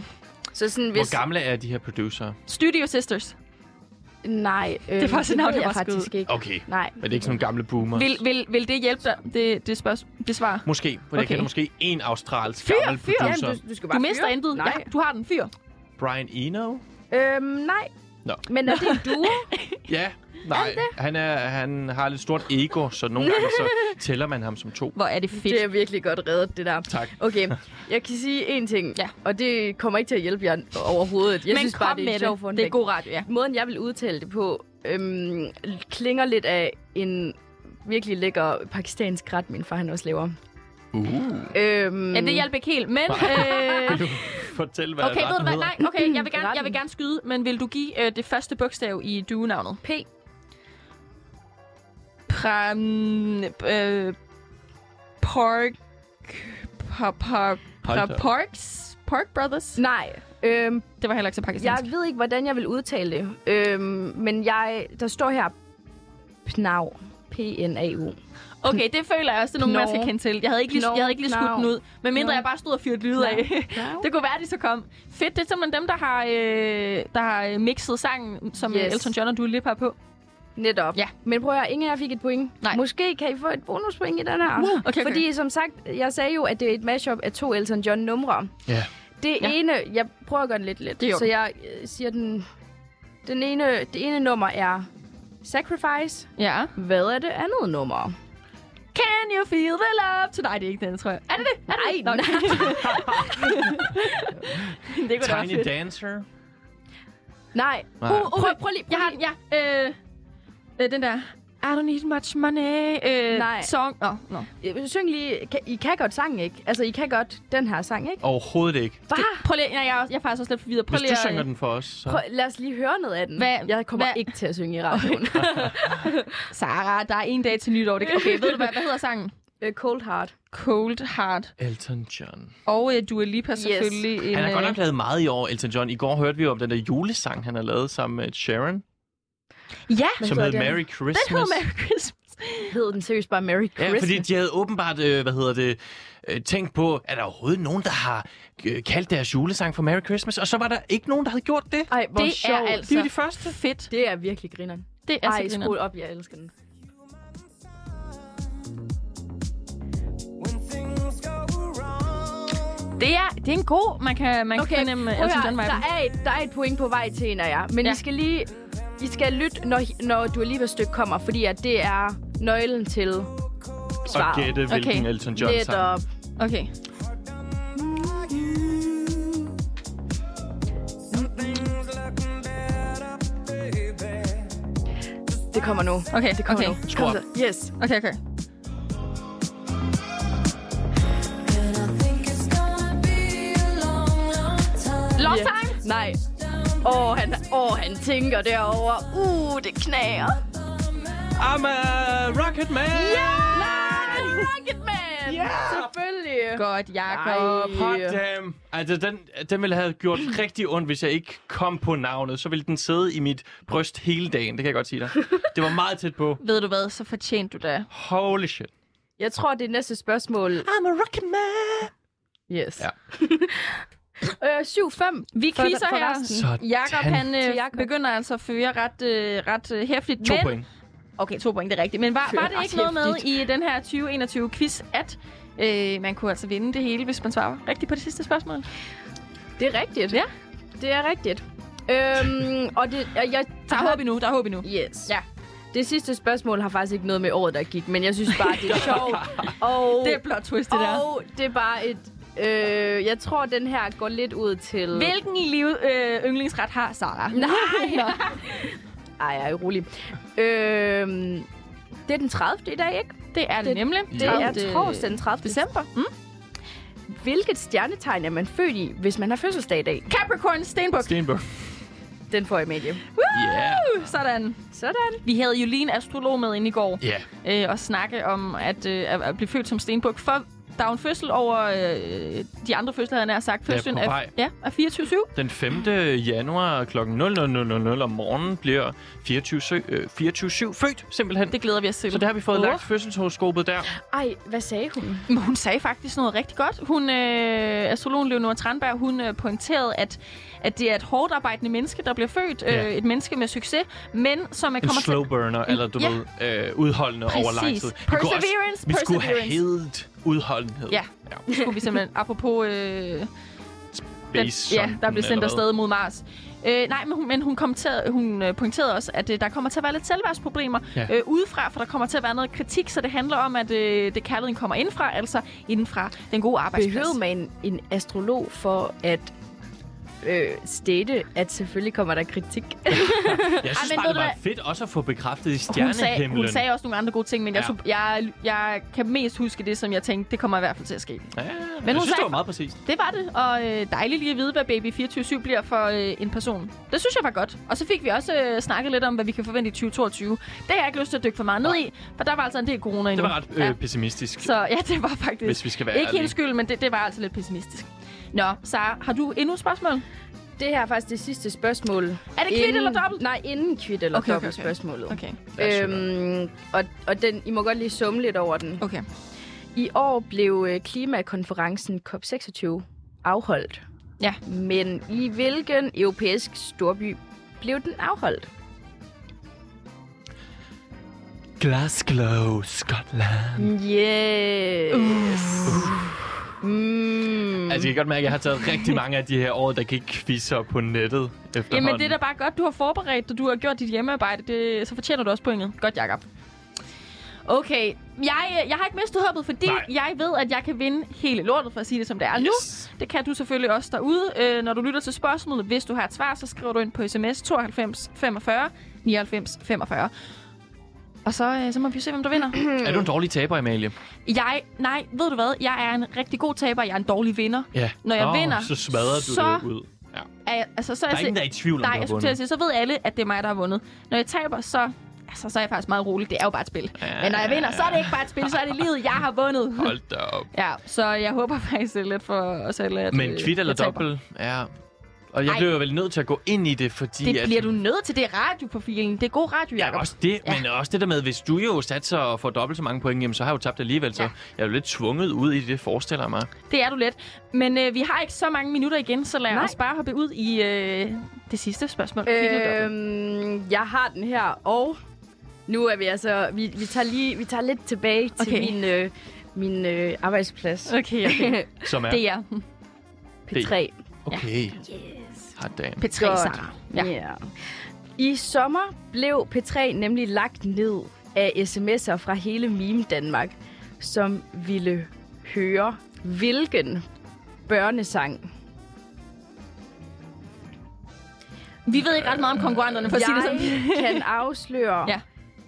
Speaker 4: så sådan hvis...
Speaker 2: Hvor gamle er de her producer?
Speaker 1: Studio Sisters.
Speaker 4: Nej, øh,
Speaker 1: er faktisk et navn, jeg
Speaker 4: ved jeg
Speaker 1: bare skød.
Speaker 4: faktisk ikke.
Speaker 2: Okay.
Speaker 4: Nej.
Speaker 2: Men det er ikke sådan nogle gamle boomer.
Speaker 1: Vil, vil, vil det hjælpe dig, det, det, spørg- det svar?
Speaker 2: Måske, for okay.
Speaker 1: Okay.
Speaker 2: jeg kender måske en australsk
Speaker 1: Fyr,
Speaker 2: gammel
Speaker 1: fyr!
Speaker 2: producer.
Speaker 4: Jamen, du, du skal bare
Speaker 1: Du mister
Speaker 4: fyre.
Speaker 1: intet.
Speaker 4: Nej.
Speaker 1: Ja, du har den fyr.
Speaker 2: Brian Eno?
Speaker 4: Øhm, nej.
Speaker 2: Nå.
Speaker 4: Men er det en duo?
Speaker 2: Ja, nej. Han, er, han har lidt stort ego, så nogle gange så tæller man ham som to.
Speaker 1: Hvor er det fedt.
Speaker 4: det er virkelig godt reddet, det der.
Speaker 2: Tak.
Speaker 4: Okay, jeg kan sige én ting,
Speaker 1: Ja.
Speaker 4: og det kommer ikke til at hjælpe jer overhovedet. Jeg
Speaker 1: Men
Speaker 4: synes
Speaker 1: kom
Speaker 4: bare, det er
Speaker 1: med
Speaker 4: en sjov fun
Speaker 1: det. Det er
Speaker 4: fact.
Speaker 1: god radio, ja.
Speaker 4: Måden, jeg vil udtale det på, øhm, klinger lidt af en virkelig lækker pakistansk ret, min far han også laver.
Speaker 2: Uh.
Speaker 4: Øhm,
Speaker 1: Ja, det hjælper ikke helt, men... Øh,
Speaker 2: Vil du fortælle, hvad
Speaker 1: okay, ved du
Speaker 2: retten
Speaker 1: hvad?
Speaker 2: hedder?
Speaker 1: Nej, okay, jeg vil gerne, jeg
Speaker 4: Retten.
Speaker 1: vil gerne skyde, men vil du give øh, det første bogstav i duenavnet?
Speaker 4: P.
Speaker 1: Pra... Øh, pork... Par, par,
Speaker 2: Hold
Speaker 1: par,
Speaker 2: da op.
Speaker 1: porks? Pork Brothers?
Speaker 4: Nej, øhm,
Speaker 1: Det var heller ikke så
Speaker 4: jeg
Speaker 1: pakistansk.
Speaker 4: ved ikke, hvordan jeg vil udtale det, øhm, men jeg, der står her Pnav. PNAU.
Speaker 1: Okay, det føler jeg også, det er nogen, man
Speaker 4: Knorr.
Speaker 1: skal kende til. Jeg havde ikke lige, jeg havde ikke lige skudt
Speaker 4: Knorr.
Speaker 1: den ud, medmindre
Speaker 4: Knorr.
Speaker 1: jeg bare stod og fyrte lyde af. Det kunne være, de så kom. Fedt, det er simpelthen dem, der har, øh, der har øh, mixet sangen, som yes.
Speaker 4: Yes.
Speaker 1: Elton John og Dua Lipa er på.
Speaker 4: Netop.
Speaker 1: Ja.
Speaker 4: Men prøv at høre, ingen af jer fik et point.
Speaker 1: Nej.
Speaker 4: Måske kan I få et bonuspoint i den her.
Speaker 1: Wow. Okay, okay.
Speaker 4: Fordi som sagt, jeg sagde jo, at det er et mashup af to Elton John numre.
Speaker 2: Ja.
Speaker 4: Det
Speaker 1: Ja.
Speaker 4: ja. ene, jeg prøver at gøre den lidt let.
Speaker 1: Det er i
Speaker 4: så
Speaker 1: orden.
Speaker 4: jeg øh, siger den, den ene, det ene nummer er Sacrifice.
Speaker 1: Ja.
Speaker 4: Hvad er det andet nummer?
Speaker 1: Can you feel the love? Så nej, det er ikke den, tror jeg. Er det det? Er det
Speaker 4: Nej,
Speaker 1: det? Nå, okay. det kunne da være
Speaker 2: Tiny
Speaker 1: fedt.
Speaker 2: Dancer.
Speaker 4: Nej.
Speaker 2: Nej.
Speaker 4: Uh, uh, prøv, prøv lige. Prøv
Speaker 1: Jeg har den,
Speaker 4: lige.
Speaker 1: ja. Øh, øh, den der. I don't need much money. Øh,
Speaker 4: Nej.
Speaker 1: Song. Nå, nå.
Speaker 4: Øh, Syng lige. Kan- I kan godt sangen, ikke? Altså, I kan godt den her sang, ikke?
Speaker 2: Overhovedet ikke.
Speaker 1: Hvad? Prøv lige, ja, jeg, er, også- jeg er faktisk også lidt forvirret. Prøv
Speaker 2: Hvis
Speaker 1: lige
Speaker 2: du
Speaker 1: at-
Speaker 2: synger den for os, så...
Speaker 4: Prøv, lad os lige høre noget af den.
Speaker 1: Hvad-
Speaker 4: Jeg kommer
Speaker 1: hvad-
Speaker 4: ikke til at synge i radioen.
Speaker 1: Sara, der er en dag til nytår. Det, okay, ved du hvad, hvad hedder sangen?
Speaker 4: Øh, Cold Heart.
Speaker 1: Cold Heart.
Speaker 2: Elton John.
Speaker 1: Og øh, Dua Lipa selvfølgelig. En,
Speaker 2: Han har godt
Speaker 1: øh,
Speaker 2: nok lavet meget i år, Elton John. I går hørte vi jo om den der julesang, han har lavet sammen med Sharon,
Speaker 1: Ja,
Speaker 2: som
Speaker 4: hedder
Speaker 2: hed
Speaker 4: den?
Speaker 2: Merry
Speaker 1: den hedder
Speaker 2: Christmas.
Speaker 1: Merry Christmas.
Speaker 4: Hed den seriøst bare Merry Christmas?
Speaker 2: Ja, fordi de havde åbenbart, øh, hvad hedder det, øh, tænkt på, er der overhovedet nogen, der har øh, kaldt deres julesang for Merry Christmas? Og så var der ikke nogen, der havde gjort det.
Speaker 4: Ej, hvor
Speaker 1: det
Speaker 4: sjovt.
Speaker 1: er altså
Speaker 2: De er de første.
Speaker 1: fedt.
Speaker 4: Det er virkelig grineren.
Speaker 1: Det er
Speaker 4: Ej,
Speaker 1: så grineren.
Speaker 4: skru op, jeg elsker den.
Speaker 5: When things go wrong,
Speaker 1: Det er, det er en god, man kan, man kan fornemme altså,
Speaker 4: prøv at
Speaker 1: Elton
Speaker 4: høre,
Speaker 1: John
Speaker 4: der,
Speaker 1: vibe.
Speaker 4: er et, der er et point på vej til en af jer. Men
Speaker 1: Ja.
Speaker 4: ja. I skal lige... I skal lytte, når, når du alligevel stykke kommer, fordi at det er nøglen til
Speaker 2: Og
Speaker 4: svaret.
Speaker 2: gætte, hvilken
Speaker 1: Okay.
Speaker 2: Elton John sang.
Speaker 4: Netop.
Speaker 1: Okay.
Speaker 5: like you. Something's looking better, baby.
Speaker 4: Det kommer nu.
Speaker 1: Okay,
Speaker 4: det kommer
Speaker 1: okay.
Speaker 4: nu.
Speaker 2: Skru op.
Speaker 4: Kom så. Yes.
Speaker 1: Okay, okay.
Speaker 5: And I think it's gonna be a long, long time.
Speaker 1: Long
Speaker 4: Ja.
Speaker 1: time?
Speaker 4: Nej. Åh, oh, han, oh, han tænker derovre. Uh, det knager.
Speaker 2: I'm a rocket man!
Speaker 4: Nej, Rocketman! Ja! Selvfølgelig.
Speaker 1: Godt, Jacob.
Speaker 4: Ej.
Speaker 2: Hot damn. Altså, den, den ville have gjort rigtig ondt, hvis jeg ikke kom på navnet. Så ville den sidde i mit bryst hele dagen, det kan jeg godt sige dig. Det var meget tæt på.
Speaker 1: Ved du hvad, så fortjente du det.
Speaker 2: Holy shit.
Speaker 4: Jeg tror, det er næste spørgsmål.
Speaker 2: I'm a rocket man!
Speaker 4: Yes.
Speaker 2: Ja.
Speaker 4: øh, 7-5.
Speaker 1: Vi
Speaker 4: For-
Speaker 1: quizzer
Speaker 4: for
Speaker 1: her.
Speaker 4: resten.
Speaker 2: Sådan.
Speaker 1: Jakob, han
Speaker 4: Til
Speaker 1: øh,
Speaker 4: Jakob.
Speaker 1: begynder altså at føre ret, øh, ret øh, hæftigt.
Speaker 2: To
Speaker 1: men,
Speaker 2: point.
Speaker 1: Okay, to point, det er rigtigt. Men var,
Speaker 4: Før
Speaker 1: var det
Speaker 4: ret
Speaker 1: ikke noget med
Speaker 4: hæftigt.
Speaker 1: i den her 2021-quiz, at øh, man kunne altså vinde det hele, hvis man svarer rigtigt på det sidste spørgsmål?
Speaker 4: Det er rigtigt.
Speaker 1: Ja.
Speaker 4: Det er rigtigt. Øhm, og det, og jeg
Speaker 1: Der er håb endnu, der er håb endnu.
Speaker 4: Yes.
Speaker 1: Ja.
Speaker 4: Det sidste spørgsmål har faktisk ikke noget med året, der gik, men jeg synes bare, det er sjovt. Og
Speaker 1: Det er blot twist, det der.
Speaker 4: Og det er bare et... Øh, jeg tror, den her går lidt ud til...
Speaker 1: Hvilken i live øh, yndlingsret har Sara?
Speaker 4: Nej! Ej, ej, rolig. Øh, det er den 30. i dag, ikke?
Speaker 1: Det er det,
Speaker 4: Det-
Speaker 1: nemlig.
Speaker 4: Det er
Speaker 1: Travlt, øh,
Speaker 4: torsdag den 30.
Speaker 1: December. Mm?
Speaker 4: Hvilket stjernetegn er man født i, hvis man har fødselsdag i dag?
Speaker 1: Capricorn Stenbuk.
Speaker 2: Stenbog.
Speaker 4: Den får jeg med hjem.
Speaker 1: Yeah. Sådan.
Speaker 4: Sådan.
Speaker 1: Vi havde jo lige en astrolog med ind i går
Speaker 2: Ja.
Speaker 1: øh, og snakke om at, øh, at- at blive født som Stenbuk. For der er jo en fødsel over øh, de andre fødsler, havde jeg nær sagt.
Speaker 2: Ja,
Speaker 1: Fødslen
Speaker 2: på vej.
Speaker 1: ja, er 24
Speaker 2: Den 5. januar kl. 00.00 om morgenen bliver 24-7 øh, 24/7 født, simpelthen.
Speaker 1: Det glæder vi os til.
Speaker 2: Så der har vi fået
Speaker 1: Åh.
Speaker 2: lagt fødselshoroskopet der.
Speaker 4: Ej, hvad sagde hun?
Speaker 1: Men hun sagde faktisk noget rigtig godt. Hun, øh, astrologen Leonora Tranberg, hun øh, pointerede, at, at det er et hårdt arbejdende menneske, der bliver født.
Speaker 2: Ja.
Speaker 1: Øh, et menneske med succes, men som er
Speaker 2: En
Speaker 1: kommer til...
Speaker 2: slow burner, eller du
Speaker 1: Ja.
Speaker 2: ved, øh, udholdende over lang
Speaker 1: Præcis.
Speaker 2: tid. Vi kunne også-
Speaker 1: Perseverance,
Speaker 2: Vi skulle have
Speaker 1: perseverance.
Speaker 2: hedet udholdenhed.
Speaker 1: Ja. Skulle vi simpelthen, apropos... Øh, den,
Speaker 2: Space
Speaker 1: ja, der blev sendt
Speaker 2: eller hvad.
Speaker 1: afsted mod Mars. Øh, nej, men hun, men hun, kommenterede, hun øh, pointerede også, at øh, der kommer til at være lidt selvværdsproblemer
Speaker 2: Ja.
Speaker 1: øh, udefra, for der kommer til at være noget kritik, så det handler om, at øh, det kærligheden kommer indfra, altså indenfra den gode arbejdsplads.
Speaker 4: Behøvede man en astrolog for at øh, state, at selvfølgelig kommer der kritik?
Speaker 2: Jeg synes
Speaker 1: men
Speaker 2: bare,
Speaker 1: ved
Speaker 2: det
Speaker 1: du
Speaker 2: var
Speaker 1: hvad?
Speaker 2: fedt også at få bekræftet i
Speaker 1: hun sagde, hun
Speaker 2: stjernehimlen.
Speaker 1: sagde også nogle andre gode ting, men jeg,
Speaker 2: Ja.
Speaker 1: sub- jeg, jeg kan mest huske det, som jeg tænkte, det kommer i hvert fald til at ske.
Speaker 2: Ja, men jeg
Speaker 1: hun
Speaker 2: synes,
Speaker 1: sagde-
Speaker 2: det var meget præcist.
Speaker 1: Det var det, og øh, dejligt lige at vide, hvad Baby 24-7 bliver for øh, en person. Det synes jeg var godt. Og så fik vi også øh, snakket lidt om, hvad vi kan forvente i 2022. Det har jeg ikke lyst til at dykke for meget ned i, for der var altså en del corona
Speaker 2: Det
Speaker 1: endnu.
Speaker 2: var ret øh,
Speaker 1: Ja.
Speaker 2: pessimistisk,
Speaker 1: Så ja, det var faktisk...
Speaker 2: hvis vi skal være
Speaker 1: Ikke
Speaker 2: ærlige.
Speaker 1: hendes skyld, men det, det var altså lidt pessimistisk. Nå, Sara, har du endnu et spørgsmål?
Speaker 4: Det her er faktisk det sidste spørgsmål.
Speaker 1: Er det kvitt eller dobbelt?
Speaker 4: Nej, inden kvitt eller
Speaker 1: Okay, okay,
Speaker 4: okay, dobbelt
Speaker 1: okay.
Speaker 4: okay. spørgsmålet.
Speaker 1: Okay,
Speaker 4: Øhm, og, og den, I må godt lige summe lidt over den.
Speaker 1: okay.
Speaker 4: I år blev øh, klimakonferencen COP26 afholdt.
Speaker 1: Ja.
Speaker 4: Men i hvilken europæisk storby blev den afholdt?
Speaker 2: Glasgow, Skotland.
Speaker 4: Yes. Mm.
Speaker 2: Altså, jeg kan godt mærke, at jeg har taget rigtig mange af de her år, der gik quizzer på nettet efterhånden.
Speaker 1: Jamen, det er da bare godt, du har forberedt dig, du har gjort dit hjemmearbejde. Det, så fortjener du også pointet. Godt, Jacob. Okay, jeg, øh, jeg har ikke mistet håbet, fordi
Speaker 2: Nej.
Speaker 1: Nej. jeg ved, at jeg kan vinde hele lortet, for at sige det, som det er yes. nu. Det kan du selvfølgelig også derude. Øh, når du lytter til spørgsmålet, hvis du har et svar, så skriver du ind på sms 92 45 99 45. Og så, øh, så må vi jo se, hvem der vinder.
Speaker 2: Er du en dårlig taber, Amalie?
Speaker 1: Jeg, nej, ved du hvad? Jeg er en rigtig god taber, jeg er en dårlig vinder.
Speaker 2: Ja.
Speaker 1: Når jeg
Speaker 2: Åh,
Speaker 1: vinder,
Speaker 2: så smadrer du
Speaker 1: så-
Speaker 2: det ud. Ja.
Speaker 1: Er jeg, altså, så er
Speaker 2: Der er
Speaker 1: jeg
Speaker 2: ingen, der er i tvivl om,
Speaker 1: Nej,
Speaker 2: du
Speaker 1: jeg
Speaker 2: har
Speaker 1: skulle til at
Speaker 2: vundet.
Speaker 1: sige, så ved alle, at det er mig, der har vundet. Når jeg taber, så, altså, så er jeg faktisk meget rolig. Det er jo bare et spil. Men når jeg vinder, så er det ikke bare et spil, så er det livet, jeg har vundet.
Speaker 2: Hold da op.
Speaker 1: Ja, så jeg håber faktisk det er lidt for os alle, at
Speaker 2: Men
Speaker 1: øh,
Speaker 2: kvitt eller
Speaker 1: jeg taber.
Speaker 2: dobbelt, ja. Og jeg
Speaker 1: Ej.
Speaker 2: blev jo vel nødt til at gå ind i det, fordi...
Speaker 1: Det
Speaker 2: at,
Speaker 1: bliver du nødt til. Det er radioprofilen. Det er god radio,
Speaker 2: Ja,
Speaker 1: Jacob.
Speaker 2: også det,
Speaker 1: Ja.
Speaker 2: ja. men også det der med, hvis du jo satser og får dobbelt så mange point, jamen, så har jeg jo tabt alligevel, så
Speaker 1: Ja.
Speaker 2: ja. jeg er jo lidt tvunget ud i det, forestiller jeg mig.
Speaker 1: Det er du let. Men øh, vi har ikke så mange minutter igen, så lad
Speaker 4: Nej.
Speaker 1: os bare hoppe ud i øh, det sidste spørgsmål. Kvit eller dobbelt?
Speaker 4: Øhm, jeg har den her, og nu er vi altså... Vi, vi, tager, lige, vi tager lidt tilbage til
Speaker 1: Okay.
Speaker 4: min, øh, min øh, arbejdsplads.
Speaker 1: Okay, okay.
Speaker 2: Som er...
Speaker 1: Det er
Speaker 4: P3.
Speaker 2: Okay. Yes. Hot damn.
Speaker 1: P3
Speaker 4: Godt.
Speaker 1: Sara. Ja.
Speaker 4: Yeah. I sommer blev P3 nemlig lagt ned af sms'er fra hele Meme Danmark, som ville høre, hvilken børnesang.
Speaker 1: Vi ved ikke ret meget om konkurrenterne, for at sige det sådan.
Speaker 4: Jeg kan afsløre,
Speaker 1: Ja.
Speaker 4: ja.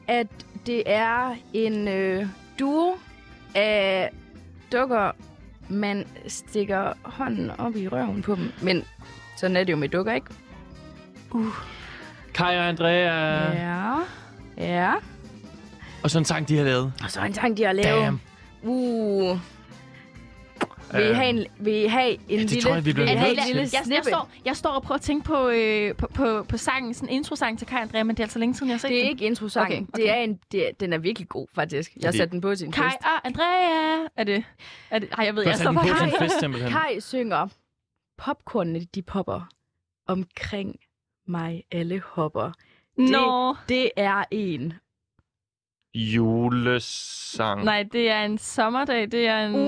Speaker 4: at det er en øh, duo af dukker, man stikker hånden op i røven på dem. Men sådan er det jo med dukker, ikke?
Speaker 2: Kaja og Andrea. Ja.
Speaker 4: Ja. Ja.
Speaker 2: Og sådan en sang, de har lavet.
Speaker 4: Og så en sang, de har lavet.
Speaker 2: Damn.
Speaker 4: Uh. Vil I
Speaker 2: Øhm.
Speaker 4: have en, vil I have en
Speaker 2: det
Speaker 4: lille,
Speaker 2: tror jeg, vi bliver
Speaker 4: vil I
Speaker 2: nødt
Speaker 4: have
Speaker 2: til.
Speaker 4: et lille
Speaker 1: jeg, jeg,
Speaker 4: snippet?
Speaker 1: står, jeg står og prøver at tænke på, øh, på, på, på sangen, sådan en introsang til Kai Andrea, men det er altså længe siden, jeg har set
Speaker 4: Det er
Speaker 1: den.
Speaker 4: ikke intro sang.
Speaker 1: Okay,
Speaker 4: Okay,
Speaker 1: okay.
Speaker 4: okay. Det er en, det er, den er virkelig god, faktisk. Jeg
Speaker 2: Fordi-
Speaker 4: satte den på sin
Speaker 1: Kai
Speaker 4: fest.
Speaker 1: og Andrea. Er det? Er det? Ej, jeg ved,
Speaker 2: Du har
Speaker 1: jeg
Speaker 2: sat
Speaker 1: står
Speaker 2: den
Speaker 1: på
Speaker 2: på til
Speaker 1: Kai.
Speaker 2: en fest, simpelthen.
Speaker 4: Kai synger, popcornene de popper omkring mig alle hopper.
Speaker 1: Nå,
Speaker 4: Det er en.
Speaker 2: Julesang.
Speaker 1: nej, det er en sommerdag. Det er en uh.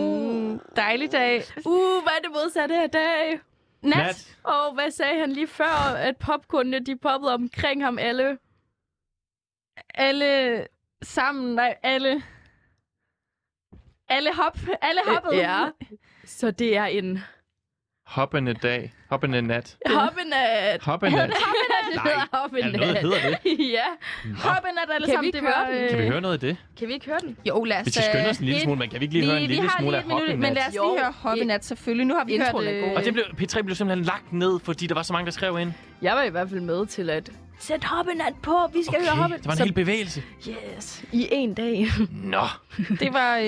Speaker 4: Uh.
Speaker 1: dejlig dag.
Speaker 4: Uh, hvad er det modsatte af dag?
Speaker 1: Nat. Nat.
Speaker 2: Nat.
Speaker 4: Og hvad sagde han lige før, at popcornene de poppede omkring ham alle?
Speaker 1: Alle sammen. Nej, alle. Alle hop. Alle hoppede.
Speaker 4: Øh, Ja. Så det er en
Speaker 2: Hoppende dag. Hoppende nat.
Speaker 4: hoppende
Speaker 2: Hoppende nat.
Speaker 4: Det
Speaker 2: Nej.
Speaker 4: hedder op en
Speaker 2: Er der noget, der hedder det?
Speaker 4: ja.
Speaker 1: Hoppen er der alle
Speaker 4: Kan vi
Speaker 1: sammen.
Speaker 4: ikke
Speaker 1: det var,
Speaker 4: høre den?
Speaker 1: øh,
Speaker 2: Kan vi høre noget af det?
Speaker 4: Kan vi ikke høre den?
Speaker 1: Jo, lad os...
Speaker 2: Vi skal skynde os en
Speaker 1: øh,
Speaker 2: lille
Speaker 1: et-
Speaker 2: smule, men kan vi ikke lige høre en lille
Speaker 1: vi har
Speaker 2: smule
Speaker 1: lige
Speaker 2: af
Speaker 1: et minut,
Speaker 2: hoppende
Speaker 1: men
Speaker 2: nat?
Speaker 1: lad os
Speaker 4: Jo,
Speaker 1: lige høre Hoppinat, selvfølgelig. Nu har vi hørt... øh,
Speaker 4: Introen er god.
Speaker 2: Og det blev, P3 blev simpelthen lagt ned, fordi der var så mange, der skrev ind.
Speaker 4: Jeg var i hvert fald med til at sætte hoppenat på. Vi skal
Speaker 2: Okay,
Speaker 4: høre hoppen.
Speaker 2: der var en
Speaker 4: Så-
Speaker 2: hel bevægelse.
Speaker 4: Yes. I en dag.
Speaker 2: Nå,
Speaker 1: Det var, øh,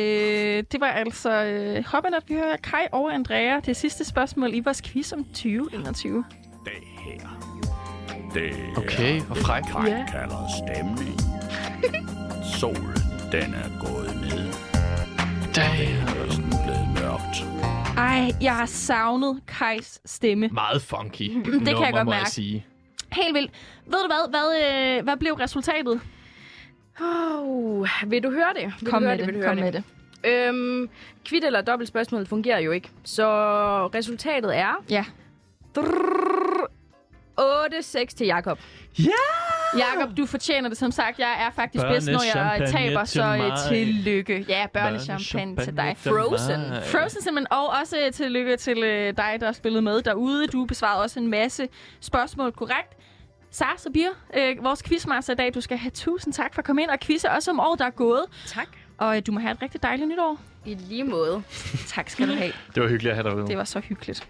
Speaker 1: det var altså øh, hoppen, at vi hører Kai og Andrea. Det sidste spørgsmål i vores quiz om 2021.
Speaker 6: Det
Speaker 2: okay, og fræk.
Speaker 4: Ja.
Speaker 6: kalder stemning. Solen, den er gået ned.
Speaker 2: Damn.
Speaker 6: Er den blevet mørkt?
Speaker 1: Ej, jeg har savnet Kais stemme.
Speaker 2: Meget funky. Det
Speaker 1: jeg
Speaker 2: nummer,
Speaker 1: godt
Speaker 2: må
Speaker 1: mærke.
Speaker 2: Jeg sige.
Speaker 1: Helt vildt. Ved du hvad? Hvad, øh, hvad blev resultatet?
Speaker 4: Oh, vil du høre det? Vil du høre Vil du høre
Speaker 1: Kom med det.
Speaker 4: Øhm, kvit eller dobbelt spørgsmål fungerer jo ikke. Så resultatet er...
Speaker 1: Ja.
Speaker 4: 8-6 til Jakob.
Speaker 1: Jakob, du fortjener det som sagt. Jeg er faktisk
Speaker 2: Børne
Speaker 1: bedst, når jeg
Speaker 2: champagne
Speaker 1: taber, så
Speaker 2: til
Speaker 1: øh,
Speaker 2: mig.
Speaker 1: tillykke. Ja, børnechampagne
Speaker 2: Børnechampagne
Speaker 1: til dig.
Speaker 4: Frozen.
Speaker 2: mig.
Speaker 1: Frozen simpelthen, og også øh, tillykke til øh, dig, der spillede med derude. Du besvarede også en masse spørgsmål korrekt. Sara Sabir, øh, vores quizmaster i dag, du skal have tusind tak for at komme ind og quizze også om året, der er gået.
Speaker 4: Tak.
Speaker 1: Og øh, du må have et rigtig dejligt nytår.
Speaker 4: I lige måde.
Speaker 1: Tak skal du have.
Speaker 2: Det var hyggeligt at have dig med.
Speaker 1: Det var så hyggeligt.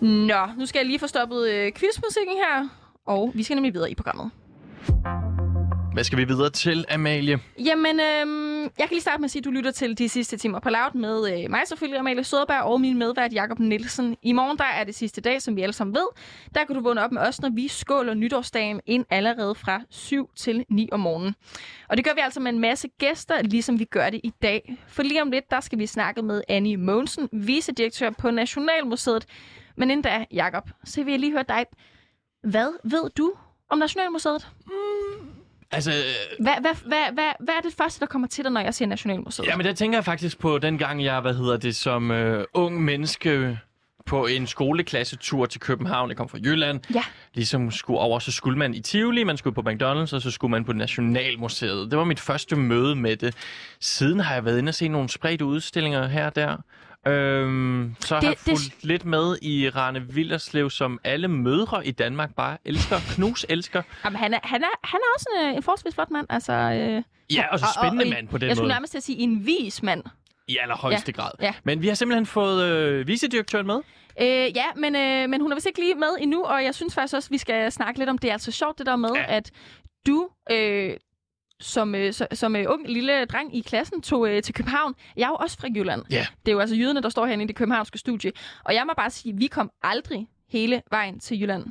Speaker 1: Nå, nu skal jeg lige få stoppet øh, quizmusikken her. Og vi skal nemlig videre i programmet.
Speaker 2: Hvad skal vi videre til, Amalie?
Speaker 1: Jamen, øhm, jeg kan lige starte med at sige, at du lytter til de sidste timer på Loud med øh, mig selvfølgelig, Amalie Søderberg og min medvært Jakob Nielsen. I morgen der er det sidste dag, som vi alle sammen ved. Der kan du vågne op med os, når vi skåler nytårsdagen ind allerede fra 7 til 9 om morgenen. Og det gør vi altså med en masse gæster, ligesom vi gør det i dag. For lige om lidt, der skal vi snakke med Annie Mogensen, vicedirektør på Nationalmuseet. Men inden da, Jakob, så vil jeg lige høre dig. Hvad ved du om Nationalmuseet?
Speaker 2: Altså, øh,
Speaker 1: Hvad, hvad, hvad, hvad, hvad er det første, der kommer til dig, når jeg siger Nationalmuseet?
Speaker 2: Jamen, der tænker jeg faktisk på den gang, jeg, hvad hedder det, som øh, ung menneske på en skoleklassetur til København. Jeg kom fra Jylland.
Speaker 1: Ja.
Speaker 2: Ligesom skulle over, så skulle man i Tivoli, man skulle på McDonald's, og så skulle man på Nationalmuseet. Det var mit første møde med det. Siden har jeg været inde og se nogle spredte udstillinger her og der. Øhm, så det, har jeg
Speaker 1: det-
Speaker 2: fulgt det... lidt med i Rane Villerslev, som alle mødre i Danmark bare elsker. Knus elsker.
Speaker 1: Jamen, han, er, han, er, han er også en, en forholdsvis flot mand. Altså, øh,
Speaker 2: Ja, og så
Speaker 1: og- og-
Speaker 2: spændende
Speaker 1: og i-
Speaker 2: mand på den
Speaker 1: jeg skulle
Speaker 2: måde.
Speaker 1: nærmest til at sige en vis mand.
Speaker 2: I allerhøjeste grad.
Speaker 1: ja.
Speaker 2: Men vi har simpelthen fået øh, vicedirektøren med.
Speaker 1: Øh, ja, men, øh, men hun er vist ikke lige med endnu, og jeg synes faktisk også, vi skal snakke lidt om, det er altså sjovt det der med,
Speaker 2: Ja.
Speaker 1: ja. at du øh, som, øh, så- som øh, ung lille dreng i klassen tog øh, til København. Jeg er jo også fra Jylland.
Speaker 2: Ja.
Speaker 1: Det er jo altså jyderne, der står herinde i det københavnske studie. Og jeg må bare sige, vi kom aldrig hele vejen til Jylland.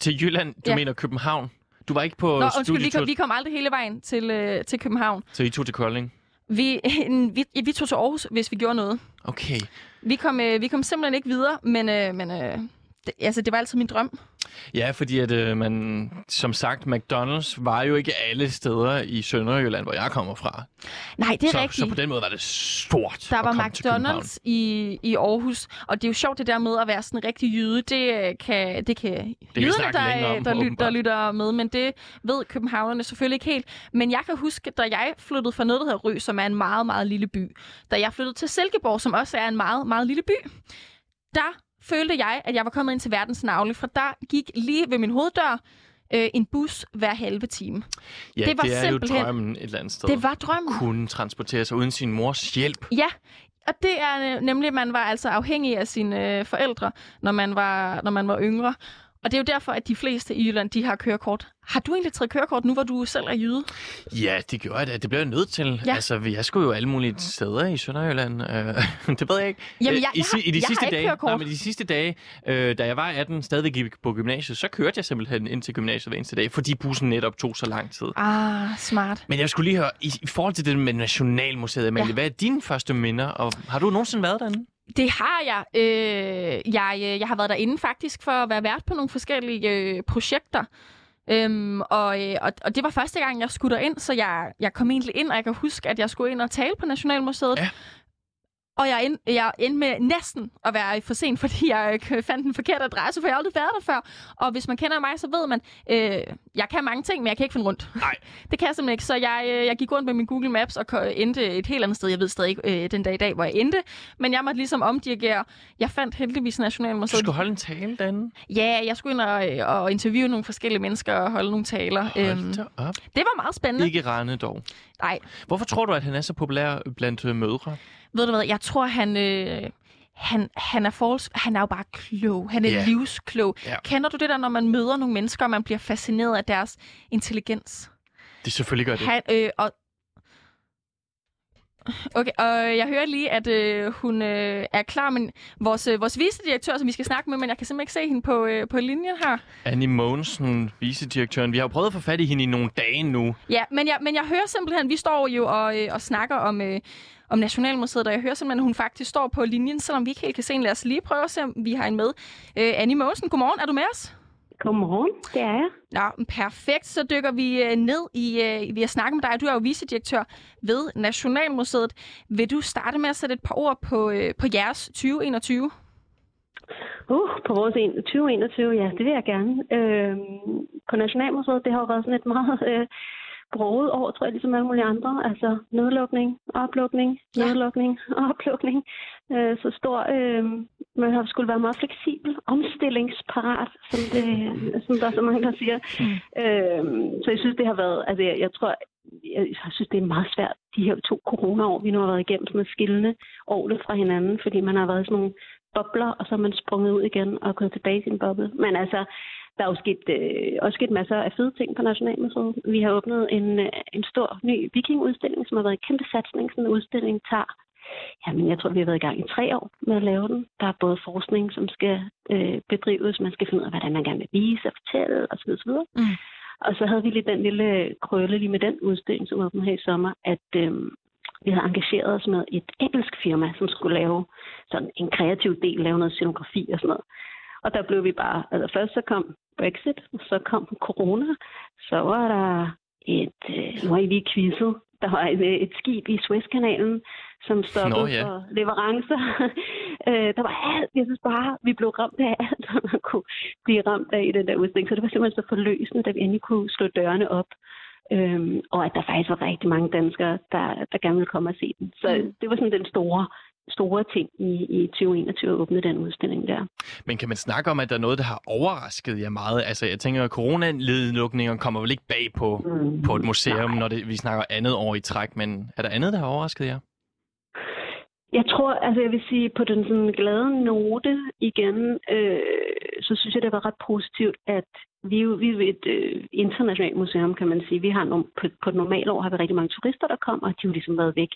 Speaker 2: Til Jylland, du ja.
Speaker 1: Ja.
Speaker 2: mener København. Du var ikke på
Speaker 1: Nå,
Speaker 2: Nå,
Speaker 1: undskyld, vi
Speaker 2: studietur,
Speaker 1: kom, vi kom aldrig hele vejen til, øh, til København.
Speaker 2: så I tog til Kolding.
Speaker 1: Vi, vi, vi tog til Aarhus, hvis vi gjorde noget.
Speaker 2: Okay.
Speaker 1: Vi kom, øh, vi kom simpelthen ikke videre, men, øh, men øh, det, altså, det var altid min drøm.
Speaker 2: Ja, fordi at øh, man, som sagt, McDonald's var jo ikke alle steder i Sønderjylland, hvor jeg kommer fra.
Speaker 1: Nej, det er
Speaker 2: så,
Speaker 1: rigtigt.
Speaker 2: så på den måde var det stort
Speaker 1: Der
Speaker 2: at
Speaker 1: var
Speaker 2: komme til København.
Speaker 1: McDonald's i, i Aarhus, og det er jo sjovt det der med at være sådan en rigtig jyde, det øh, kan, det kan
Speaker 2: vi
Speaker 1: jyderne,
Speaker 2: snakke
Speaker 1: der,
Speaker 2: længere
Speaker 1: øh,
Speaker 2: om,
Speaker 1: der, lyt, der
Speaker 2: åbenbart.
Speaker 1: lytter med, men det ved københavnerne selvfølgelig ikke helt. Men jeg kan huske, da jeg flyttede fra noget, der hedder Rø, som er en meget, meget lille by, da jeg flyttede til Silkeborg, som også er en meget, meget lille by, der følte jeg, at jeg var kommet ind til verdens navle, for der gik lige ved min hoveddør øh, en bus hver halve time.
Speaker 2: Ja,
Speaker 1: det var
Speaker 2: det er jo
Speaker 1: simpelthen-
Speaker 2: drømmen et eller andet sted.
Speaker 1: Det var drømmen.
Speaker 2: Kunne transportere sig uden sin mors hjælp.
Speaker 1: Ja, og det er øh, nemlig, at man var altså afhængig af sine øh, forældre, når man, var, når man var yngre. Og det er jo derfor, at de fleste i Jylland, de har kørekort. Har du egentlig taget kørekort nu, hvor du selv er jyde?
Speaker 2: Ja, det gjorde jeg da. Det blev jeg nødt til.
Speaker 1: Ja.
Speaker 2: Altså, vi- jeg skulle jo alle mulige steder i Sønderjylland. Øh, det ved jeg ikke.
Speaker 1: Jamen,
Speaker 2: Øh,
Speaker 1: jeg-
Speaker 2: I,
Speaker 1: jeg
Speaker 2: si-
Speaker 1: har-
Speaker 2: I de
Speaker 1: jeg har
Speaker 2: sidste
Speaker 1: ikke
Speaker 2: dage,
Speaker 1: kørekort.
Speaker 2: nej, men de sidste dage, øh, da jeg var 18, stadigvæk gik på gymnasiet, så kørte jeg simpelthen ind til gymnasiet hver eneste dag, fordi bussen netop tog så lang tid.
Speaker 1: Ah, smart.
Speaker 2: Men jeg skulle lige høre, i, i forhold til det med Nationalmuseet, Amalie, ja.
Speaker 1: Ja.
Speaker 2: hvad er dine første minder? Og har du nogensinde været derinde?
Speaker 1: Det har jeg. Øh, jeg, øh, jeg har været derinde faktisk for at være vært på nogle forskellige øh, projekter. Øhm, og, øh, og, og det var første gang, jeg skulle ind, så jeg, jeg kom egentlig ind, og jeg kan huske, at jeg skulle ind og tale på Nationalmuseet.
Speaker 2: Ja.
Speaker 1: Og jeg, end, jeg endte med næsten at være for sent, fordi jeg øh, fandt den forkerte adresse, for jeg har aldrig været der før. Og hvis man kender mig, så ved man, øh, jeg kan mange ting, men jeg kan ikke finde rundt.
Speaker 2: Nej.
Speaker 1: Det kan jeg simpelthen ikke. Så jeg, øh, jeg gik rundt med min Google Maps og ko- endte et helt andet sted. Jeg ved stadig ikke øh, den dag i dag, hvor jeg endte. Men jeg måtte ligesom omdirigere. Jeg fandt heldigvis
Speaker 2: Du
Speaker 1: Nationalmuseet.
Speaker 2: skulle holde en tale derinde.
Speaker 1: Ja, jeg skulle ind og, øh, og interviewe nogle forskellige mennesker og holde nogle taler. Øhm,
Speaker 2: Hold da op.
Speaker 1: det var meget spændende.
Speaker 2: Ikke Rane dog.
Speaker 1: Nej,
Speaker 2: Hvorfor tror du, at han er så populær blandt øh, mødre?
Speaker 1: ved du hvad, jeg tror, han... Øh, han, han, er forholds, han er jo bare klog. Han er
Speaker 2: Ja.
Speaker 1: yeah. livsklog.
Speaker 2: Ja.
Speaker 1: Kender du det der, når man møder nogle mennesker, og man bliver fascineret af deres intelligens?
Speaker 2: Det selvfølgelig gør det.
Speaker 1: Han, øh, og... Okay, og jeg hører lige, at øh, hun øh, er klar, men vores, øh, vores vicedirektør, som vi skal snakke med, men jeg kan simpelthen ikke se hende på, øh, på linjen her.
Speaker 2: Annie Mogensen, vicedirektøren. Vi har jo prøvet at få fat i hende i nogle dage nu.
Speaker 1: Ja, men jeg, men jeg hører simpelthen, vi står jo og, øh, og snakker om, øh, om Nationalmuseet, og jeg hører simpelthen, at hun faktisk står på linjen, selvom vi ikke helt kan se hende. Lad os lige prøve at se, om vi har en med. Øh, Annie Mogensen, godmorgen, er du med os?
Speaker 8: Godmorgen, det er jeg.
Speaker 1: Nå, men perfekt. Så dykker vi øh, ned i, øh, vi har snakket med dig. Du er jo vicedirektør ved Nationalmuseet. Vil du starte med at sætte et par ord på, øh, på jeres 2021?
Speaker 8: Uh, på vores en- 2021, ja, det vil jeg gerne. Øh, på Nationalmuseet, det har jo været sådan et meget øh, broget år, tror jeg, ligesom alle mulige andre. Altså nedlukning, oplukning,
Speaker 1: Ja.
Speaker 8: nedlukning, oplukning. Øh, så stor, øh, man har skulle være meget fleksibel, omstillingsparat, som, det, som der er så mange, der siger. Øh, så jeg synes, det har været, altså jeg, jeg tror, jeg, jeg synes, det er meget svært, de her to coronaår, vi nu har været igennem, sådan at skille årene fra hinanden, fordi man har været i sådan nogle bobler, og så er man sprunget ud igen og gået tilbage i sin boble. Men altså, Der er jo sket, øh, også sket masser af fede ting på Nationalmuseet. Vi har åbnet en, øh, en stor ny vikingudstilling, som har været en kæmpe satsning. Sådan en udstilling tager, jamen jeg tror, vi har været i gang i tre år med at lave den. Der er både forskning, som skal øh, bedrives. Man skal finde ud af, hvordan man gerne vil vise og fortælle osv. osv.
Speaker 1: Mm.
Speaker 8: Og så havde vi lige den lille krølle lige med den udstilling, som åbnede her i sommer, at øh, vi havde engageret os med et engelsk firma, som skulle lave sådan en kreativ del, lave noget scenografi og sådan noget. Og der blev vi bare, altså først så kom Brexit, og så kom corona, så var der et, øh, nu har I lige quizet, der var et, øh, et skib i Suezkanalen, som stoppede
Speaker 2: Nå, ja.
Speaker 8: for leverancer. øh, der var alt, jeg synes bare, vi blev ramt af alt, hvad man kunne blive ramt af i den der udstilling. Så det var simpelthen så forløsende, da vi endelig kunne slå dørene op. Øhm, og at der faktisk var rigtig mange danskere, der, der gerne ville komme og se den. Så
Speaker 2: Mm.
Speaker 8: det var sådan den store, store ting i, i 2021 at åbne den udstilling der.
Speaker 2: Men kan man snakke om, at der er noget, der har overrasket jer meget? Altså, jeg tænker, at coronanedlukninger kommer vel ikke bag på,
Speaker 8: Mm.
Speaker 2: på et museum, når det, vi snakker andet år i træk, men er der andet, der har overrasket jer?
Speaker 8: Jeg tror, altså jeg vil sige, på den sådan glade note igen, øh, så synes jeg, det var ret positivt, at vi, er jo- vi er jo et øh, internationalt museum, kan man sige. Vi har nogle, på, på et normalt år har vi rigtig mange turister, der kommer, og de har jo ligesom været væk.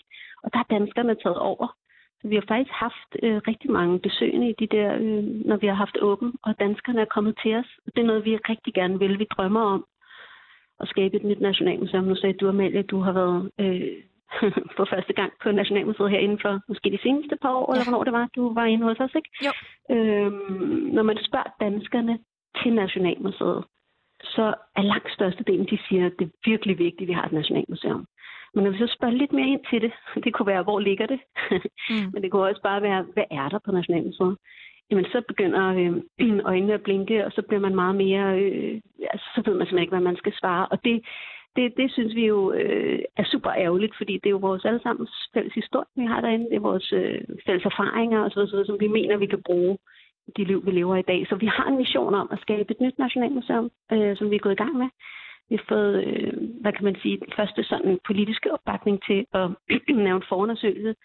Speaker 8: Og der har danskerne taget over. Så vi har faktisk haft øh, rigtig mange besøgende i de der, øh, når vi har haft åben, og danskerne er kommet til os. Det er noget, vi rigtig gerne vil. Vi drømmer om at skabe et nyt nationalmuseum. Nu sagde du, Amalie, du har været øh, for første gang på Nationalmuseet herinde for måske de seneste par år, ja. eller hvornår det var, du var inde hos os, ikke?
Speaker 1: Jo.
Speaker 8: Øhm, når man spørger danskerne til Nationalmuseet, så er langt størstedelen, de siger, at det er virkelig vigtigt, at vi har et nationalmuseum. Men når vi så spørger lidt mere ind til det, det kunne være, hvor ligger det?
Speaker 1: Mm.
Speaker 8: mm. Men det kunne også bare være, hvad er der på Nationalmuseet? Jamen, så begynder øh, øjnene at blinke, og så bliver man meget mere... Øh, altså, så ved man simpelthen ikke, hvad man skal svare. Og det, det, det synes vi jo øh, er super ærgerligt, fordi det er jo vores allesammens fælles historie, vi har derinde. Det er vores øh, fælles erfaringer osv., osv., som vi mener, vi kan bruge i de liv, vi lever i dag. Så vi har en mission om at skabe et nyt nationalmuseum, øh, som vi er gået i gang med. Vi har fået, øh, hvad kan man sige, den første sådan politiske opbakning til at lave en forundersøgelse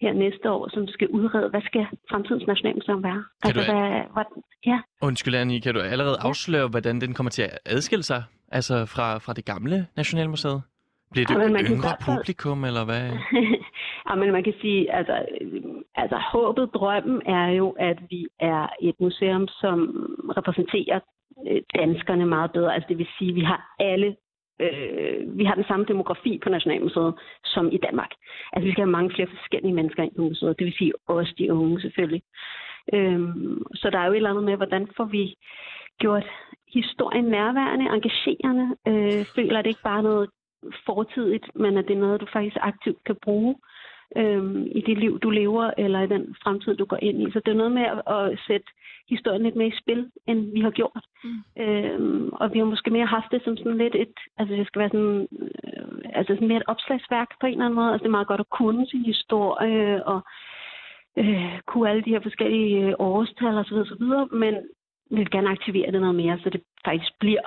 Speaker 8: her næste år, som skal udrede, hvad skal fremtidens nationalmuseum være? Altså,
Speaker 2: Kan du-
Speaker 8: hvad, hvad, ja,
Speaker 2: Undskyld, Annie, kan du allerede afsløre, hvordan den kommer til at adskille sig altså fra, fra det gamle Nationalmuseet? Bliver det
Speaker 8: Jamen, man
Speaker 2: Jamen,
Speaker 8: kan i
Speaker 2: yngre
Speaker 8: hvert fald-
Speaker 2: publikum, eller hvad?
Speaker 8: ja, men man kan sige, altså, øh, altså håbet, drømmen er jo, at vi er et museum, som repræsenterer øh, danskerne meget bedre. Altså det vil sige, at vi har alle øh, vi har den samme demografi på Nationalmuseet som i Danmark. Altså vi skal have mange flere forskellige mennesker ind på museet, det vil sige også de unge selvfølgelig. Øhm, så der er jo et eller andet med, hvordan får vi gjort historien nærværende, engagerende, øh, føler at det ikke bare er noget fortidigt, men at det er noget, du faktisk aktivt kan bruge øhm, i det liv, du lever, eller i den fremtid, du går ind i. Så det er noget med at, at sætte historien lidt mere i spil, end vi har gjort. Mm. Øhm, og vi har måske mere haft det som sådan lidt et, altså det skal være sådan, øh, altså sådan mere et opslagsværk på en eller anden måde. Altså det er meget godt at kunne sin historie, og øh, kunne alle de her forskellige øh, årstal osv. osv. Men vi vil gerne aktivere det noget mere, så det faktisk bliver